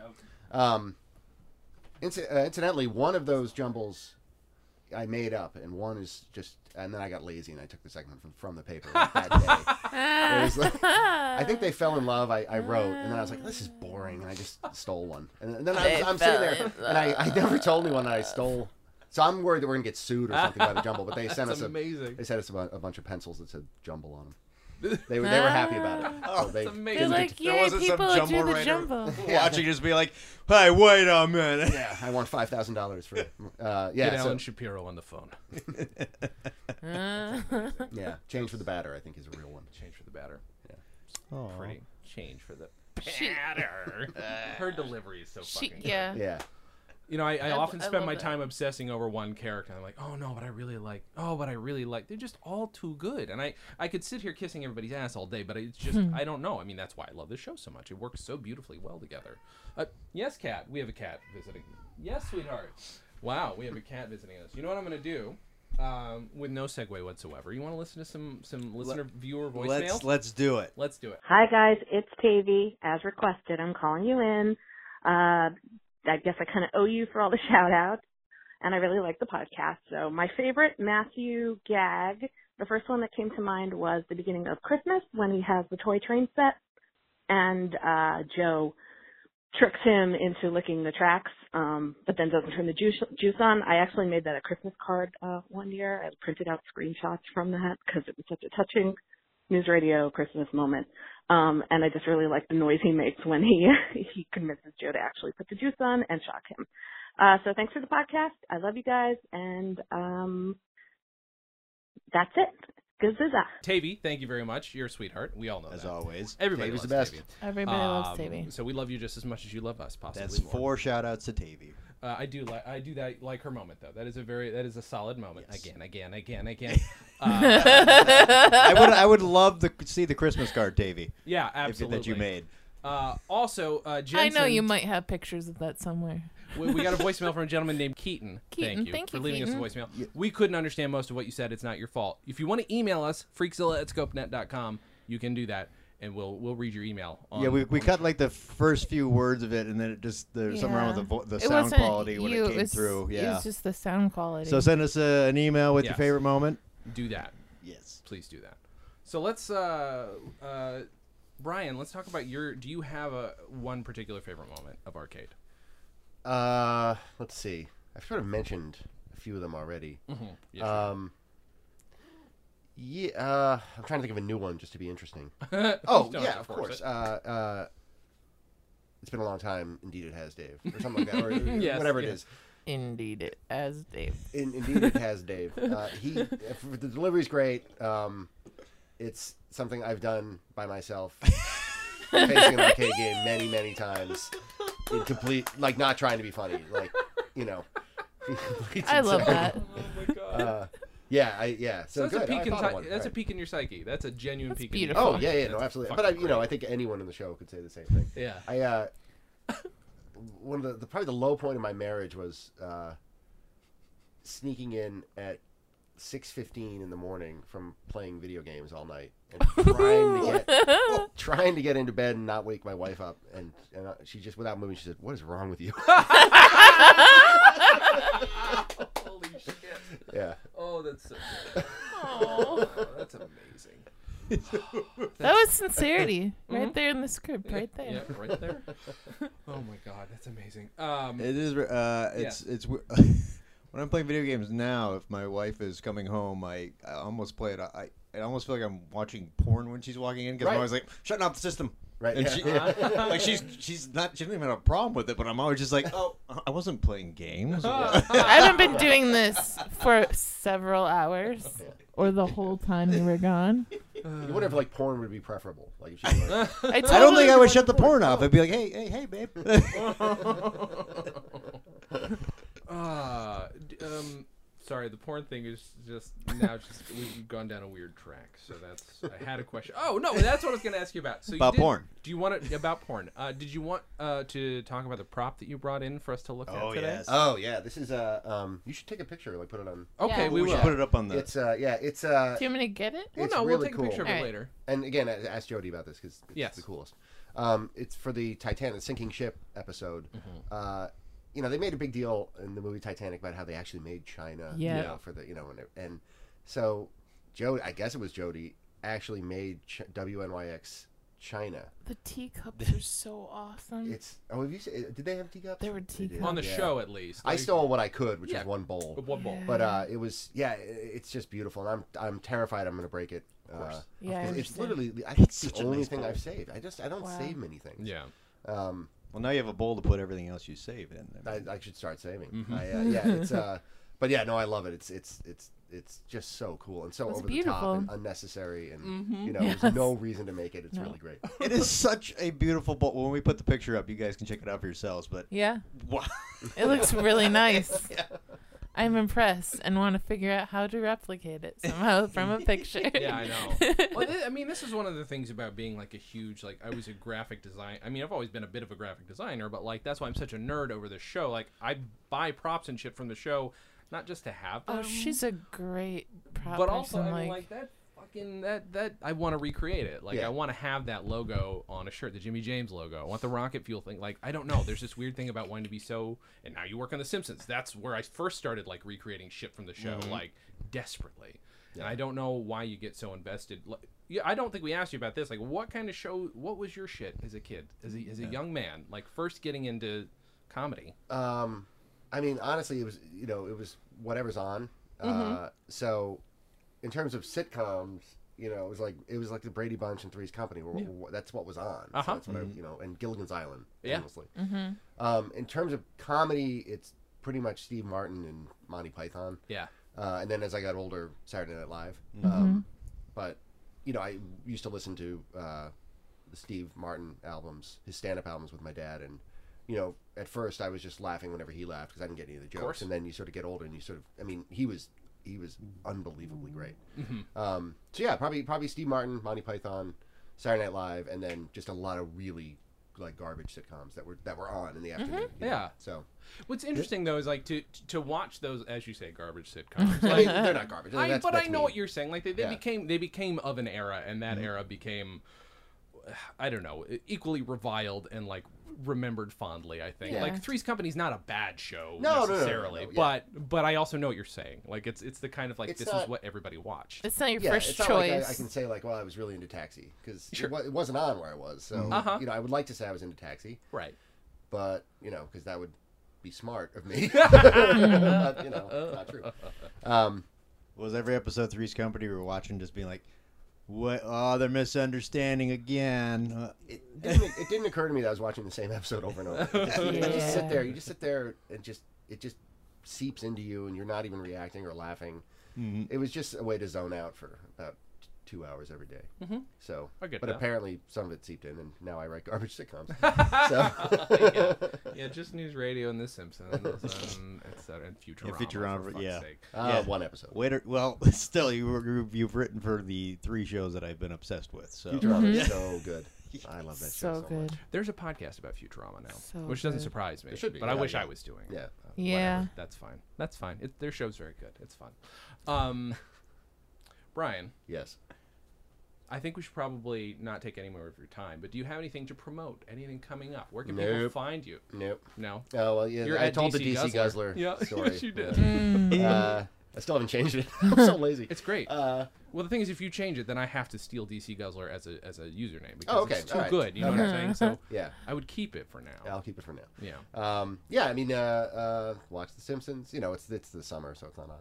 Speaker 4: Um, inci- uh, incidentally, one of those jumbles I made up, and one is just, and then I got lazy and I took the second one from, from the paper like, that day.
Speaker 3: Ah.
Speaker 4: It was like- I think they fell in love. I, I wrote, and then I was like, this is boring, and I just stole one. And then I
Speaker 3: They
Speaker 4: was, I'm sitting
Speaker 3: fell
Speaker 4: there,
Speaker 3: in
Speaker 4: and I, I never told anyone that I stole. So I'm worried that we're gonna get sued or something by the jumble, but they sent
Speaker 1: That's
Speaker 4: us
Speaker 1: amazing.
Speaker 4: a they sent us a, bu- a bunch of pencils that said jumble on them. They were they were happy about it. So they-
Speaker 1: It's Oh, amazing.
Speaker 3: Ah. They're like,
Speaker 5: There
Speaker 3: yay,
Speaker 5: wasn't some
Speaker 3: people do
Speaker 5: jumble
Speaker 3: the
Speaker 5: writer
Speaker 3: jumbo.
Speaker 5: Watching just be like, "Hey, wait a minute."
Speaker 4: yeah, I won five thousand dollars for uh,
Speaker 1: Get
Speaker 4: yeah. so-
Speaker 1: Alan Shapiro on the phone.
Speaker 3: Ah.
Speaker 4: Yeah, change for the batter, I think, is a real one.
Speaker 1: Change for the batter.
Speaker 5: Oh.
Speaker 1: Pretty change for the
Speaker 3: She-
Speaker 1: batter. Her delivery is so
Speaker 3: She,
Speaker 1: fucking. good.
Speaker 3: yeah.
Speaker 4: Yeah,
Speaker 1: You know, I, I,
Speaker 3: I-
Speaker 1: often
Speaker 3: I
Speaker 1: spend
Speaker 3: love
Speaker 1: my
Speaker 3: that.
Speaker 1: time obsessing over one character. I'm like, oh no, but I really like. Oh, but I really like. They're just all too good, and I I could sit here kissing everybody's ass all day, but it's
Speaker 3: Hmm.
Speaker 1: just I don't know. I mean, that's why I love this show so much. It works so beautifully well together. Uh, yes, cat. We have a cat visiting. Yes, sweetheart. Wow, we have a cat visiting us. You know what I'm gonna do? Um, with no segue whatsoever. You want to listen to some some listener viewer voicemail?
Speaker 5: Let's let's do it.
Speaker 1: Let's do it.
Speaker 6: Hi guys, it's Tavy. As requested, I'm calling you in. Uh, I guess I kind of owe you for all the shout outs and I really like the podcast. So my favorite Matthew gag, the first one that came to mind was the beginning of Christmas when he has the toy train set and, uh, Joe tricks him into licking the tracks, um, but then doesn't turn the juice, juice on. I actually made that a Christmas card, uh, one year. I printed out screenshots from that because it was such a touching news radio Christmas moment. Um, and I just really like the noise he makes when he he convinces Joe to actually put the juice on and shock him. Uh, so thanks for the podcast. I love you guys, and um, that's it. Gazizza.
Speaker 1: Tavy, thank you very much. You're a sweetheart. We all know
Speaker 5: As
Speaker 1: that.
Speaker 5: always,
Speaker 1: Everybody loves
Speaker 4: Tavy's the best.
Speaker 1: Tavy.
Speaker 3: Everybody loves
Speaker 1: Um,
Speaker 3: Davey.
Speaker 1: So we love you just as much as you love us. Possibly
Speaker 5: that's
Speaker 1: more.
Speaker 5: four shout outs to Tavy.
Speaker 1: Uh, I do like I do that like her moment though. That is a very that is a solid moment. Again, again, again, again. uh,
Speaker 5: I would I would love to see the Christmas card, Tavy,
Speaker 1: yeah,
Speaker 5: if,
Speaker 1: absolutely.
Speaker 5: that you made.
Speaker 1: Uh, also, uh,
Speaker 3: I
Speaker 1: Jensen,
Speaker 3: know you might have pictures of that somewhere.
Speaker 1: We, we got a voicemail from a gentleman named Keaton.
Speaker 3: Keaton,
Speaker 1: thank you
Speaker 3: thank
Speaker 1: for
Speaker 3: you,
Speaker 1: leaving
Speaker 3: Keaton.
Speaker 1: us a voicemail. We couldn't understand most of what you said. It's not your fault. If you want to email us, freakzilla at scopenet.com, you can do that, and we'll we'll read your email. On,
Speaker 5: Yeah, we, we cut like the first few words of it, and then it just there's something wrong with the vo- the
Speaker 3: It
Speaker 5: sound
Speaker 3: wasn't
Speaker 5: quality when
Speaker 3: you,
Speaker 5: it came
Speaker 3: was-
Speaker 5: through.
Speaker 3: It
Speaker 5: Yeah.
Speaker 3: was just the sound quality.
Speaker 5: So send us uh an email with
Speaker 1: Yes.
Speaker 5: your favorite moment.
Speaker 1: do that.
Speaker 5: Yes.
Speaker 1: Please do that. So let's. Uh, uh, Brian, let's talk about your. Do you have a one particular favorite moment of arcade?
Speaker 4: Uh, let's see. I've sort of mentioned a few of them already.
Speaker 1: Mm-hmm. Yeah, sure.
Speaker 4: Um, yeah, uh, I'm trying to think of a new one just to be interesting. oh,
Speaker 1: don't have
Speaker 4: yeah,
Speaker 1: to
Speaker 4: of
Speaker 1: force
Speaker 4: course.
Speaker 1: it.
Speaker 4: Uh, uh, it's been a long time. Indeed, it has, Dave, or something like that, or
Speaker 1: Yes,
Speaker 4: whatever it
Speaker 1: yeah.
Speaker 4: is.
Speaker 3: Indeed, it as Dave.
Speaker 4: In, indeed, it has, Dave. Uh, he for the delivery's great. Um, it's something I've done by myself. facing an arcade game many, many times. In complete, like not trying to be funny, like you know. in complete
Speaker 3: I love
Speaker 4: sincerity.
Speaker 3: that.
Speaker 1: Oh my god.
Speaker 4: Uh, yeah, I yeah. So
Speaker 1: that's
Speaker 4: good.
Speaker 1: a
Speaker 4: I
Speaker 1: peek in
Speaker 4: thought of one.
Speaker 1: ti- that's a
Speaker 4: Right.
Speaker 1: peek in your psyche. That's a genuine peek.
Speaker 3: beautiful.
Speaker 1: In your
Speaker 4: Oh
Speaker 3: fun.
Speaker 4: yeah, yeah,
Speaker 1: That's
Speaker 4: no, absolutely. But I,
Speaker 1: fucking
Speaker 4: you know,
Speaker 1: great.
Speaker 4: I think anyone in the show could say the same thing.
Speaker 1: Yeah.
Speaker 4: I uh, one of the, the probably the low point of my marriage was uh, sneaking in at six fifteen in the morning from playing video games all night and trying to get trying to get into bed and not wake my wife up. And and uh, she just without moving, she said, "What is wrong with you?"
Speaker 1: Holy shit.
Speaker 4: yeah,
Speaker 1: Oh, that's so
Speaker 3: Aw.
Speaker 1: oh, that's amazing.
Speaker 3: that was sincerity right there in the script, right there.
Speaker 1: Yeah, right there. Oh my god, that's amazing. Um,
Speaker 5: It is. Uh, it's it's w- when I'm playing video games now. If my wife is coming home, I, I almost play it. I I almost feel like I'm watching porn when she's walking in because
Speaker 4: Right.
Speaker 5: I'm always like shutting off the system.
Speaker 4: Right,
Speaker 5: And
Speaker 4: yeah.
Speaker 5: she, like she's she's not she doesn't even have a problem with it, but I'm always just like, oh, I wasn't playing games.
Speaker 3: Oh. I haven't been doing this for several hours or the whole time you were gone.
Speaker 4: you wonder if like porn would be preferable. Like if she like,
Speaker 3: I, totally
Speaker 5: I don't think I would shut the porn off. I'd be like, hey, hey, hey, babe.
Speaker 1: uh, d- um, sorry, the porn thing is just now just we've gone down a weird track. So that's I had a question. Oh no, that's what I was going to ask you about. So you
Speaker 5: About
Speaker 1: did-
Speaker 5: porn.
Speaker 1: Do you want to about porn? Uh, did you want uh, to talk about the prop that you brought in for us to look at today?
Speaker 4: oh yeah, this is uh, um, you should take a picture, like put it on.
Speaker 1: Okay,
Speaker 3: Yeah.
Speaker 1: we,
Speaker 5: we
Speaker 1: will.
Speaker 5: should put it up on the.
Speaker 4: It's uh, yeah, it's uh,
Speaker 3: Do you want me to get it?
Speaker 1: Well,
Speaker 4: it's
Speaker 1: no, we'll
Speaker 4: really
Speaker 1: take
Speaker 4: cool.
Speaker 1: a picture of it
Speaker 3: Alright.
Speaker 1: later.
Speaker 4: and again, I- I asked Jody about this because it's
Speaker 1: Yes.
Speaker 4: the coolest. Um, it's for the Titanic sinking ship episode. Uh, you know, they made a big deal in the movie Titanic about how they actually made China. you
Speaker 3: Yeah.
Speaker 4: know, for the you know, and, and so Jody, I guess it was Jody, actually made Ch- WNYX China.
Speaker 3: The teacups are so awesome.
Speaker 4: It's oh, have you seen, did they have teacups?
Speaker 3: Mm. There were
Speaker 4: They did,
Speaker 3: teacups.
Speaker 1: on the
Speaker 4: yeah.
Speaker 1: show at least.
Speaker 4: I
Speaker 1: Like,
Speaker 4: stole what I could, which
Speaker 1: Yeah.
Speaker 4: was one bowl.
Speaker 1: one ball.
Speaker 4: But uh, it was yeah, i- it's just beautiful, and I'm I'm terrified I'm gonna break it. Uh,
Speaker 3: Yeah, I
Speaker 4: 'cause it's
Speaker 3: understand.
Speaker 4: literally I think it's
Speaker 5: such
Speaker 4: the
Speaker 5: a
Speaker 4: only
Speaker 5: nice
Speaker 4: thing
Speaker 5: bowl.
Speaker 4: I've saved. I just I don't
Speaker 3: Wow.
Speaker 4: save many things.
Speaker 1: Yeah.
Speaker 4: Um,
Speaker 5: well, now you have a bowl to put everything else you save in.
Speaker 4: I, I should start saving. I, uh, yeah, it's uh, but yeah, no, I love it. It's it's it's it's just so cool and so
Speaker 3: It's
Speaker 4: over the
Speaker 3: beautiful. Mm-hmm.
Speaker 4: top and unnecessary, and you know, there's no reason to make it. It's really great.
Speaker 5: it is such a beautiful bowl. When we put the picture up, you guys can check it out for yourselves. But
Speaker 3: Yeah,
Speaker 5: wow.
Speaker 3: it looks really nice. I'm impressed and want to figure out how to replicate it somehow from a picture.
Speaker 1: Yeah, I know. well, th- I mean, this is one of the things about being like a huge like I was a graphic design. I mean, I've always been a bit of a graphic designer, but like that's why I'm such a nerd over the show. Like I buy props and shit from the show, not just to have them,
Speaker 3: Oh, she's a great prop
Speaker 1: but also
Speaker 3: person,
Speaker 1: I mean,
Speaker 3: like,
Speaker 1: like that fucking that that I want to recreate it. Like
Speaker 4: Yeah.
Speaker 1: I want to have that logo on a shirt, the Jimmy James logo. I want the rocket fuel thing. Like I don't know. There's this weird thing about wanting to be so. And now you work on The Simpsons. That's where I first started like recreating shit from the show, like desperately. And I don't know why you get so invested. Like, yeah, I don't think we asked you about this. Like, what kind of show? What was your shit as a kid, as a as a young man? Like first getting into comedy.
Speaker 4: Um, I mean, honestly, it was you know it was whatever's on.
Speaker 3: Mm-hmm.
Speaker 4: Uh, so, in terms of sitcoms, you know, it was like it was like the Brady Bunch and Three's Company. Where, wh- that's what was on. So
Speaker 1: Uh-huh.
Speaker 4: that's what I, you know, and Gilligan's Island.
Speaker 1: Yeah.
Speaker 4: Mostly.
Speaker 3: mm-hmm.
Speaker 4: Um, in terms of comedy, it's pretty much Steve Martin and Monty Python.
Speaker 1: Yeah. Mm-hmm.
Speaker 4: Uh, and then as I got older, Saturday Night Live. Um, but you know, I used to listen to uh, the Steve Martin albums, his stand-up albums with my dad, and you know, at first I was just laughing whenever he laughed because I didn't get any of the
Speaker 1: course.
Speaker 4: jokes. And then you sort of get older, and you sort of, I mean, he was he was unbelievably great. Um, so yeah, probably probably Steve Martin, Monty Python, Saturday Night Live, and then just a lot of really like garbage sitcoms that were that were on in the afternoon. you know?
Speaker 1: Mm-hmm. Yeah.
Speaker 4: So
Speaker 1: What's interesting though is like to to watch those, as you say, garbage sitcoms.
Speaker 4: I
Speaker 1: Like,
Speaker 4: mean, they're not garbage.
Speaker 1: I,
Speaker 4: That's-
Speaker 1: but
Speaker 4: that's
Speaker 1: I know
Speaker 4: me.
Speaker 1: what you're saying. Like they, they
Speaker 4: Yeah. Mm-hmm.
Speaker 1: became they became of an era, and that era became, I don't know, e, equally reviled and like remembered fondly. I think
Speaker 3: Yeah.
Speaker 1: like Three's Company's not a bad show
Speaker 4: No, no, no, no,
Speaker 1: necessarily,
Speaker 4: no, yeah.
Speaker 1: but but I also know what you're saying. Like it's it's the kind of like
Speaker 4: It's
Speaker 1: this
Speaker 4: not-
Speaker 1: is what everybody watched.
Speaker 3: it's not your
Speaker 4: yeah,
Speaker 3: first
Speaker 4: it's not
Speaker 3: choice.
Speaker 4: Like I, I can say like, well, I was really into Taxi because it, wa- it wasn't on where I was. So
Speaker 1: Uh-huh.
Speaker 4: you know, I would like to say I was into Taxi,
Speaker 1: right.
Speaker 4: but you know, because that would be smart of me. But, you know, it's not true. Um,
Speaker 5: was every episode of Three's Company we were watching just being like, what? Oh, they're misunderstanding again. Uh,
Speaker 4: it, didn't, it didn't occur to me that I was watching the same episode over and over. It just- You just sit
Speaker 3: Yeah.
Speaker 4: there, you just sit there, and just it just seeps into you, and you're not even reacting or laughing. It was just a way to zone out for about two hours every day. So,
Speaker 1: Mm-hmm. I get
Speaker 4: but
Speaker 1: that.
Speaker 4: apparently some of it seeped in, and now I write garbage sitcoms. so,
Speaker 1: Yeah, just news radio and The Simpsons, and, it's, uh, and Futurama.
Speaker 5: Futurama,
Speaker 1: for fuck's
Speaker 5: yeah.
Speaker 1: sake.
Speaker 4: uh,
Speaker 5: Yeah.
Speaker 4: one episode.
Speaker 5: Wait, a- well, still, you were, you've written for the three shows that I've been obsessed with. So
Speaker 4: Futurama
Speaker 1: Mm-hmm.
Speaker 4: is so good. I love that show
Speaker 3: So
Speaker 4: so much.
Speaker 3: good.
Speaker 1: There's a podcast about Futurama now,
Speaker 3: So
Speaker 1: which doesn't
Speaker 3: good.
Speaker 1: surprise me.
Speaker 4: should be,
Speaker 1: but I
Speaker 4: yeah,
Speaker 1: wish
Speaker 4: yeah.
Speaker 1: I was doing. it.
Speaker 4: Yeah.
Speaker 1: Uh,
Speaker 3: Yeah.
Speaker 1: whatever. that's fine. That's fine. It, their show's very good. It's fun. Um, Brian,
Speaker 4: Yes.
Speaker 1: I think we should probably not take any more of your time. But do you have anything to promote? Anything coming up? Where can people
Speaker 4: Nope.
Speaker 1: find you?
Speaker 4: Nope.
Speaker 1: No.
Speaker 4: Oh well, yeah.
Speaker 1: You're
Speaker 4: I
Speaker 1: at
Speaker 4: told
Speaker 1: DC
Speaker 4: the DC
Speaker 1: Guzzler.
Speaker 4: Guzzler,
Speaker 1: Yeah,
Speaker 4: story.
Speaker 1: yes, you did.
Speaker 4: Yeah. Uh, I still haven't changed it. I'm so lazy.
Speaker 1: It's great.
Speaker 4: Uh,
Speaker 1: well, the thing is, if you change it, then I have to steal DC Guzzler as a as a username because
Speaker 4: Oh, okay.
Speaker 1: it's too
Speaker 4: All right.
Speaker 1: good. You know what I'm saying? So
Speaker 4: yeah.
Speaker 1: I would keep it for now.
Speaker 4: I'll keep it for now.
Speaker 1: Yeah.
Speaker 4: Um, yeah, I mean, uh, uh, watch The Simpsons. You know, it's it's the summer, so it's not on. Uh,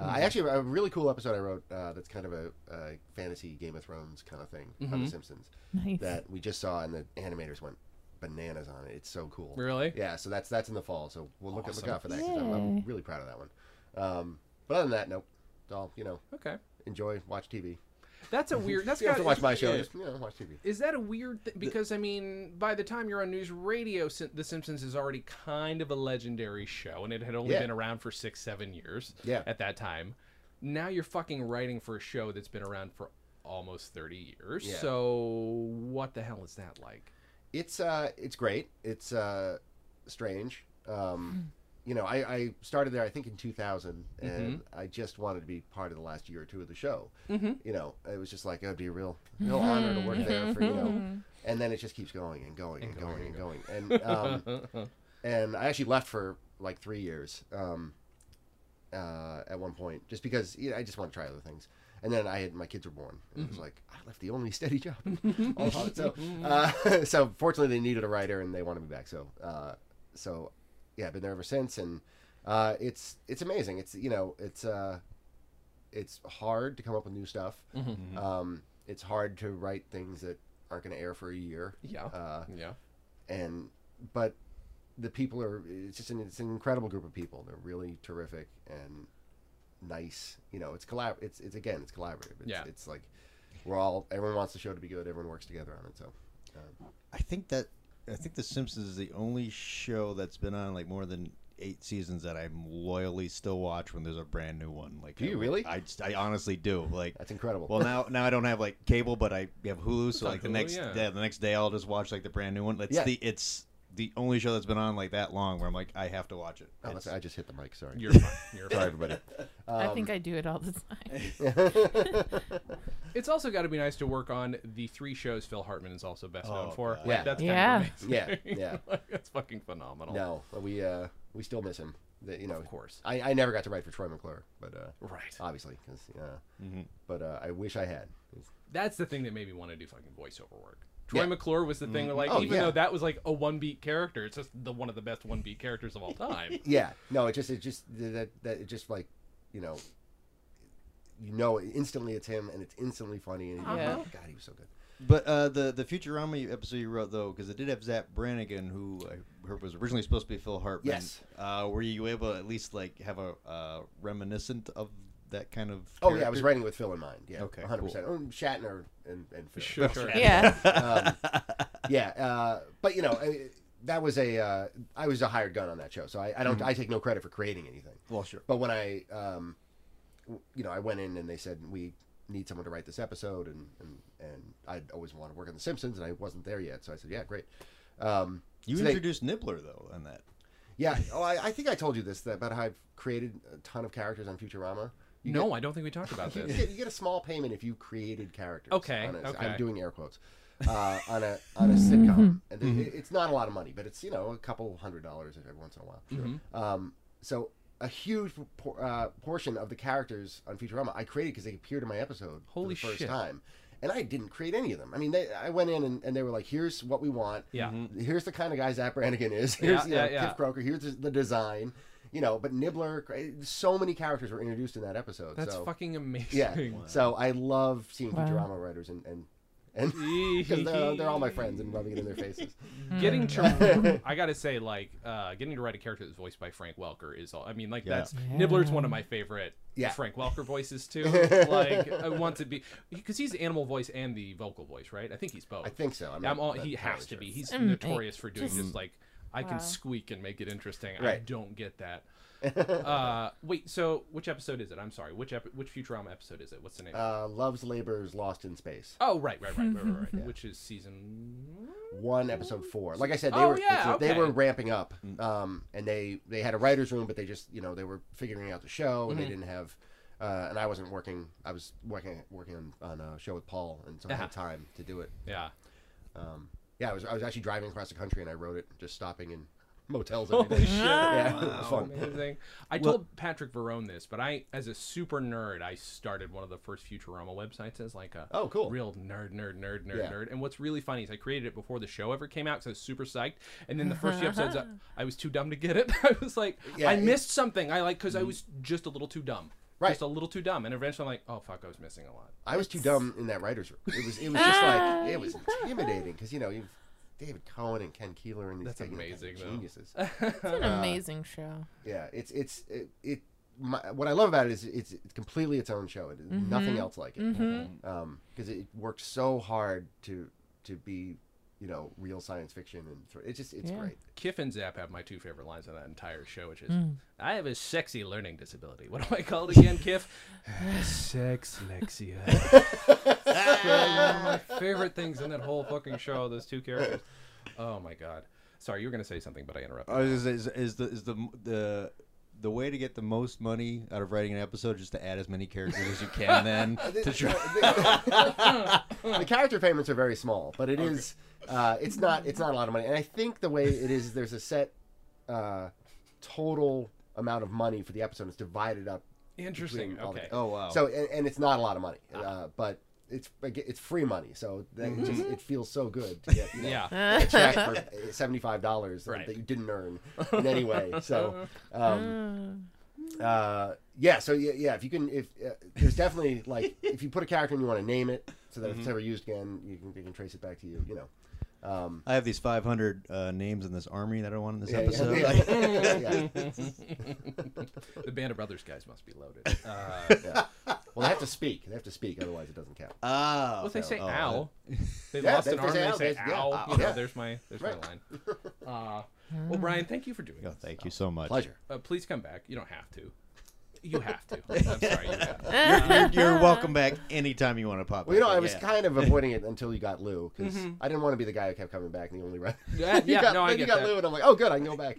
Speaker 1: Mm-hmm.
Speaker 4: I actually have a really cool episode I wrote uh, that's kind of a, a fantasy Game of Thrones kind of thing
Speaker 1: Mm-hmm.
Speaker 4: on The Simpsons
Speaker 3: Nice.
Speaker 4: that we just saw, and the animators went bananas on it. It's so cool.
Speaker 1: Really?
Speaker 4: Yeah. So that's that's in the fall. So we'll look
Speaker 1: Awesome.
Speaker 4: look out for that. 'cause I'm, I'm
Speaker 3: Yay.
Speaker 4: really proud of that one. Um, but other than that, nope. It's all you know,
Speaker 1: Okay.
Speaker 4: enjoy, watch TV.
Speaker 1: That's a weird. That's
Speaker 4: You don't have
Speaker 1: gotta-
Speaker 4: to watch my show.
Speaker 1: yeah.
Speaker 4: Just you know, watch TV.
Speaker 1: Is that a weird thing? Because I mean, by the time you're on news radio, Sim- The Simpsons is already kind of a legendary show, and it had only
Speaker 4: Yeah.
Speaker 1: been around for six, seven years.
Speaker 4: Yeah.
Speaker 1: At that time, now you're fucking writing for a show that's been around for almost thirty years.
Speaker 4: Yeah.
Speaker 1: So what the hell is that like?
Speaker 4: it's uh it's great it's uh strange um you know I, I started there i think in 2000 and i just wanted to be part of the last year or two of the show you know it was just like it would be a real real honor to work there for you know and then it just keeps going and going and, going, and going and um and i actually left for like three years um uh, at one point just because you know, I just want to try other things. And then I had my kids were born, and it was like I left the only steady job. All about it. oh, so, uh, so fortunately they needed a writer and they wanted me back. So, uh, so yeah, I've been there ever since, and uh, it's it's amazing. It's you know it's uh, it's hard to come up with new stuff.
Speaker 1: Mm-hmm.
Speaker 4: Um, it's hard to write things that aren't going to air for a year.
Speaker 1: Yeah.
Speaker 4: Uh,
Speaker 1: yeah.
Speaker 4: and but the people are it's just an, it's an incredible group of people they're really terrific and nice you know it's collab it's it's again it's collaborative it's,
Speaker 1: Yeah.
Speaker 4: it's like we're all everyone wants the show to be good everyone works together on it so um,
Speaker 5: I think that I think The Simpsons is the only show that's been on like more than eight seasons that I'm loyally still watch when there's a brand new one. Like,
Speaker 4: Do you
Speaker 5: I,
Speaker 4: really?
Speaker 5: I, just- I honestly do. Like,
Speaker 4: that's incredible
Speaker 5: well now now I don't have like cable, but I have Hulu. So
Speaker 1: on
Speaker 5: like the
Speaker 1: Hulu,
Speaker 5: next
Speaker 1: yeah.
Speaker 5: yeah. the next day I'll just watch like the brand new one. It's
Speaker 4: Yeah.
Speaker 5: the it's the only show that's been on like that long where I'm like I have to watch it.
Speaker 4: oh,
Speaker 5: It's-
Speaker 4: that's, i just hit the mic sorry
Speaker 1: You're fine. You're
Speaker 4: sorry
Speaker 1: fine.
Speaker 4: everybody
Speaker 3: I
Speaker 4: Um,
Speaker 3: think I do it all the time.
Speaker 1: It's also got to be nice to work on the three shows Phil Hartman is also best known
Speaker 5: Oh,
Speaker 1: for.
Speaker 5: God.
Speaker 1: Like,
Speaker 4: Yeah.
Speaker 1: That's
Speaker 3: Yeah.
Speaker 1: Kind of
Speaker 4: yeah
Speaker 1: amazing.
Speaker 4: yeah
Speaker 1: Like, that's fucking phenomenal.
Speaker 4: no but we uh we still miss him The- you know
Speaker 1: Of course.
Speaker 4: I, I never got to write for troy mcclure but uh
Speaker 1: Right.
Speaker 4: obviously because yeah but uh i wish i had
Speaker 1: that's the thing that made me want to do fucking voiceover work. Troy
Speaker 4: Yeah.
Speaker 1: McClure was the thing where, like,
Speaker 4: Oh,
Speaker 1: even
Speaker 4: yeah.
Speaker 1: though that was like a one beat character, it's just the one of the best one beat characters of all time.
Speaker 4: Yeah, no, it just it just that that it just like, you know, you know instantly it's him and it's instantly funny and
Speaker 3: Yeah.
Speaker 4: oh, God, he was so good.
Speaker 5: But uh, the the Futurama episode you wrote though, because it did have Zap Brannigan, who I heard was originally supposed to be Phil Hartman.
Speaker 4: Yes.
Speaker 5: Uh, were you able to at least like have a uh, reminiscent of that kind of?
Speaker 4: Oh yeah, I was
Speaker 5: character?
Speaker 4: writing with Phil in mind. Yeah,
Speaker 5: Okay,
Speaker 4: 100.
Speaker 5: cool.
Speaker 4: percent Oh, Shatner and and Phil.
Speaker 1: Sure, sure.
Speaker 3: yeah.
Speaker 4: um, yeah, uh, but you know, I, that was a uh, I was a hired gun on that show, so I, I don't I take no credit for creating anything.
Speaker 5: Well, sure.
Speaker 4: But when I, um, w- you know, I went in and they said we need someone to write this episode, and and and I'd always want to work on The Simpsons, and I wasn't there yet, so I said, yeah, great. Um,
Speaker 5: You
Speaker 4: so they-
Speaker 5: introduced Nibbler though on that.
Speaker 4: yeah. Oh, I, I think I told you this that about how I've created a ton of characters on Futurama. You
Speaker 1: no, I don't think we talked about
Speaker 4: Get, you,
Speaker 1: this.
Speaker 4: get, you get a small payment if you created characters.
Speaker 1: Okay,
Speaker 4: on a-
Speaker 1: okay.
Speaker 4: I'm doing air quotes. Uh, on a on a sitcom, and it- it's not a lot of money, but it's you know a couple hundred dollars every once in a while.
Speaker 1: Mm-hmm.
Speaker 4: Um, so a huge por- uh, portion of the characters on Futurama I created because they appeared in my episode
Speaker 1: Holy
Speaker 4: for the first
Speaker 1: shit.
Speaker 4: time, and I didn't create any of them. I mean, they, I went in and, and they were like, "Here's what we want.
Speaker 1: Yeah.
Speaker 4: Here's the kind of guy Zap Brannigan is. Here's you know,
Speaker 1: yeah, yeah.
Speaker 4: Kip Croker. Here's the- the design." You know, but Nibbler, so many characters were introduced in that episode.
Speaker 1: That's
Speaker 4: so.
Speaker 1: fucking amazing.
Speaker 4: Yeah. So I love seeing
Speaker 3: Wow.
Speaker 4: Futurama writers and, and and 'cause they're, they're all my friends and rubbing it in their faces.
Speaker 1: getting to I gotta say, like uh, getting to write a character that's voiced by Frank Welker is all. I mean, like
Speaker 5: Yeah.
Speaker 1: that's Nibbler's one of my favorite
Speaker 4: Yeah.
Speaker 1: Frank Welker voices too. like I want to be because he's the animal voice and the vocal voice, right? I think he's both.
Speaker 4: I think so. I'm
Speaker 1: I'm,
Speaker 4: not-
Speaker 1: all.
Speaker 4: not
Speaker 1: He
Speaker 4: entirely
Speaker 1: has to
Speaker 4: sure.
Speaker 1: be. He's
Speaker 3: Mm,
Speaker 1: notorious for doing
Speaker 3: just-
Speaker 1: this. Like I can
Speaker 3: Wow.
Speaker 1: squeak and make it interesting. I
Speaker 4: Right.
Speaker 1: don't get that. uh, wait. So which episode is it? I'm sorry. Which ep- which Futurama episode is it? What's the name?
Speaker 4: Uh, Love's Labor's Lost in Space.
Speaker 1: oh right, right, right, right, right. right. Which is season
Speaker 4: one episode four. Like I said, they
Speaker 1: Oh,
Speaker 4: were
Speaker 1: yeah,
Speaker 4: they
Speaker 1: okay. Mm.
Speaker 4: were ramping up, um, and they they had a writers' room, but they just you know they were figuring out the show,
Speaker 1: Mm-hmm.
Speaker 4: and they didn't have. Uh, and I wasn't working. I was working working on, on a show with Paul, and so I
Speaker 1: Uh-huh.
Speaker 4: had time to do it. Um,
Speaker 1: Yeah.
Speaker 4: Yeah, I was I was actually driving across the country, and I wrote it, just stopping in motels. Every day.
Speaker 1: Holy shit.
Speaker 3: Ah.
Speaker 4: Yeah, it was fun.
Speaker 1: Amazing. I told Patrick Verone this, but I, as a super nerd, I started one of the first Futurama websites as like a
Speaker 4: Oh, cool.
Speaker 1: real nerd, nerd, nerd, nerd,
Speaker 4: Yeah.
Speaker 1: nerd. And what's really funny is I created it before the show ever came out because I was super psyched. And then the first few episodes, I, I was too dumb to get it. I was like,
Speaker 4: Yeah,
Speaker 1: I
Speaker 4: it- Mm-hmm.
Speaker 1: missed something. I like because I was just a little too dumb.
Speaker 4: Right.
Speaker 1: Just a little too dumb. And eventually, I'm like, oh fuck, I was missing a lot.
Speaker 4: I was too dumb in that writers' room. It was it was just like it was intimidating because you know you've David Cohen and Ken Keeler and these
Speaker 1: That's
Speaker 4: guys, you know,
Speaker 1: amazing, though.
Speaker 4: geniuses.
Speaker 3: It's an
Speaker 4: Uh,
Speaker 3: amazing show.
Speaker 4: Yeah, it's it's it. it my, what I love about it is it's, it's completely its own show. It is nothing else like it.
Speaker 1: Mm-hmm.
Speaker 4: Um, because it worked so hard to to be, you know, real science fiction, and th- it's just it's
Speaker 3: Yeah.
Speaker 4: great.
Speaker 1: Kiff and Zap have my two favorite lines on that entire show, which is,
Speaker 4: Hmm.
Speaker 1: I have a sexy learning disability. What am I called again, Kiff? Sex Lexia. my favorite things in that whole fucking show, those two characters. Oh my god. Sorry, you were going to say something, but I interrupted.
Speaker 5: I was gonna say, Oh, is, is the is the the the way to get the most money out of writing an episode is just to add as many characters as you can then to try
Speaker 4: the character payments are very small, but it is uh, it's not it's not a lot of money. And I think the way it is, there's a set uh, total amount of money for the episode. It's divided up.
Speaker 1: Interesting.
Speaker 4: between all the-
Speaker 1: Okay.
Speaker 5: Oh Ah. wow.
Speaker 4: So and, and it's not a lot of money, uh, but it's it's free money. So that
Speaker 5: Mm-hmm.
Speaker 4: just, it feels so good to get. You know,
Speaker 1: yeah.
Speaker 4: a check for seventy-five dollars
Speaker 1: Right.
Speaker 4: that you didn't earn in any way. So, um, uh, yeah. So yeah, yeah. If you can, if uh, there's definitely like if you put a character and you want to name it, so that if
Speaker 1: Mm-hmm.
Speaker 4: it's ever used again, you can, you can trace it back to you. You know. Um,
Speaker 5: I have these 500 uh, names in this army that I want in this
Speaker 4: yeah,
Speaker 5: episode.
Speaker 4: yeah, yeah.
Speaker 1: the Band of Brothers guys must be loaded. Uh,
Speaker 4: Well, they have to speak. They have to speak, otherwise it doesn't count.
Speaker 5: Ah,
Speaker 1: well, if they say
Speaker 5: oh,
Speaker 1: ow. They
Speaker 4: Yeah,
Speaker 1: lost an
Speaker 4: they- they
Speaker 1: arm.
Speaker 4: say
Speaker 1: They
Speaker 4: ow,
Speaker 1: say
Speaker 4: they- yeah,
Speaker 1: ow.
Speaker 4: ow,
Speaker 1: You know,
Speaker 4: yeah.
Speaker 1: there's my there's
Speaker 4: Right.
Speaker 1: my line. Uh, well, Brian, thank you for doing
Speaker 5: oh,
Speaker 1: this.
Speaker 5: thank you so much.
Speaker 4: Pleasure.
Speaker 1: Uh, please come back. You don't have to. You have to. I'm sorry. You have to.
Speaker 5: You're, you're welcome back anytime you want to pop.
Speaker 4: Well, you know,
Speaker 5: back
Speaker 4: I
Speaker 5: in,
Speaker 4: was
Speaker 5: yeah.
Speaker 4: kind of avoiding it until you got Lou, because I didn't want to be the guy who kept coming back and the only right.
Speaker 1: Mm-hmm. Yeah, yeah, no, I
Speaker 4: then you
Speaker 1: get
Speaker 4: got
Speaker 1: that.
Speaker 4: Lou, and I'm like, oh, good, I can go back.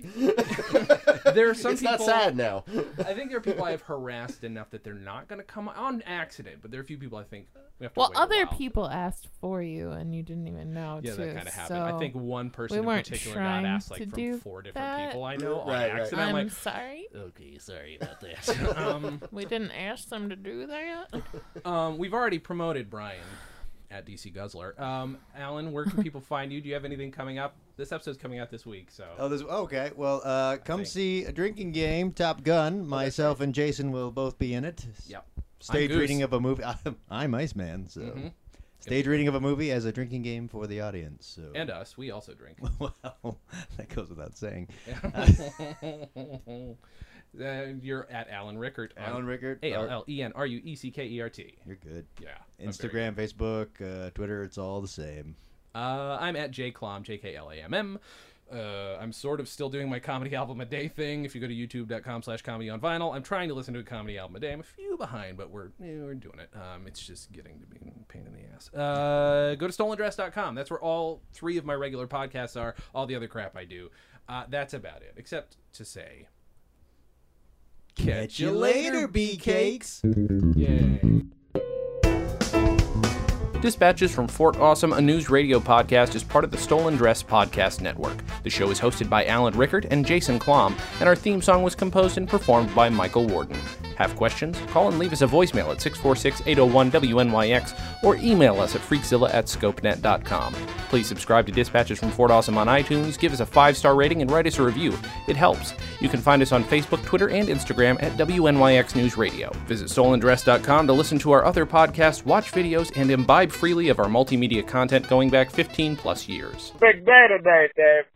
Speaker 1: There are some
Speaker 4: it's
Speaker 1: people.
Speaker 4: not sad now.
Speaker 1: I think there are people I've harassed enough that they're not going to come on accident, but there are a few people I think we have to
Speaker 3: Well,
Speaker 1: wait a
Speaker 3: other
Speaker 1: while.
Speaker 3: people asked for you, and you didn't even know.
Speaker 1: Yeah,
Speaker 3: too,
Speaker 1: that kind of happened. I
Speaker 3: so
Speaker 1: think one person in
Speaker 3: weren't
Speaker 1: particular
Speaker 3: trying
Speaker 1: got asked
Speaker 3: to
Speaker 1: like
Speaker 3: do
Speaker 1: from four different
Speaker 3: that.
Speaker 1: people I know on
Speaker 4: Right, right.
Speaker 1: accident.
Speaker 3: I'm
Speaker 1: I'm like,
Speaker 3: sorry.
Speaker 1: okay, sorry about that. um,
Speaker 3: We didn't ask them to do that.
Speaker 1: um, we've already promoted Brian at DC Guzzler. Um, Alan, where can people find you? Do you have anything coming up? This episode's coming out this week, so
Speaker 5: Oh, this, okay. Well, uh, come
Speaker 1: think.
Speaker 5: see a drinking game, Top Gun. Myself and Jason will both be in it.
Speaker 1: yep.
Speaker 5: Stage
Speaker 1: I'm Goose.
Speaker 5: reading of a movie. I'm, I'm Iceman, so stage reading of a movie as a drinking game for the audience. So
Speaker 1: and us. We also drink.
Speaker 5: well, that goes without saying.
Speaker 1: Uh, you're at Alan Rickert. on-
Speaker 5: Alan Rickert.
Speaker 1: A L
Speaker 5: or-
Speaker 1: L E N R U E C K E R T.
Speaker 5: You're good.
Speaker 1: Yeah. I'm very good.
Speaker 5: Instagram, Facebook, uh, Twitter, it's all the same.
Speaker 1: Uh, I'm at jclom, J K L A M M. Uh, I'm sort of still doing my comedy album a day thing. If you go to youtube.com slash comedy on vinyl, I'm trying to listen to a comedy album a day. I'm a few behind, but we're eh, we're doing it. Um, it's just getting to be a pain in the ass. Uh, go to stolendress.com. That's where all three of my regular podcasts are, all the other crap I do. Uh, that's about it, except to say,
Speaker 5: Catch you later, bee cakes.
Speaker 1: Dispatches from Fort Awesome, a news radio podcast, is part of the Stolen Dress Podcast Network. The show is hosted by Alan Rickard and Jason Klom, and our theme song was composed and performed by Michael Warden. Have questions? Call and leave us a voicemail at 646 801 WNYX or email us at freakzilla at scopenet.com. Please subscribe to Dispatches from Fort Awesome on iTunes, give us a five star rating, and write us a review. It helps. You can find us on Facebook, Twitter, and Instagram at WNYX News Radio. Visit soulanddress.com to listen to our other podcasts, watch videos, and imbibe freely of our multimedia content going back 15 plus years.
Speaker 7: Big daddy right there.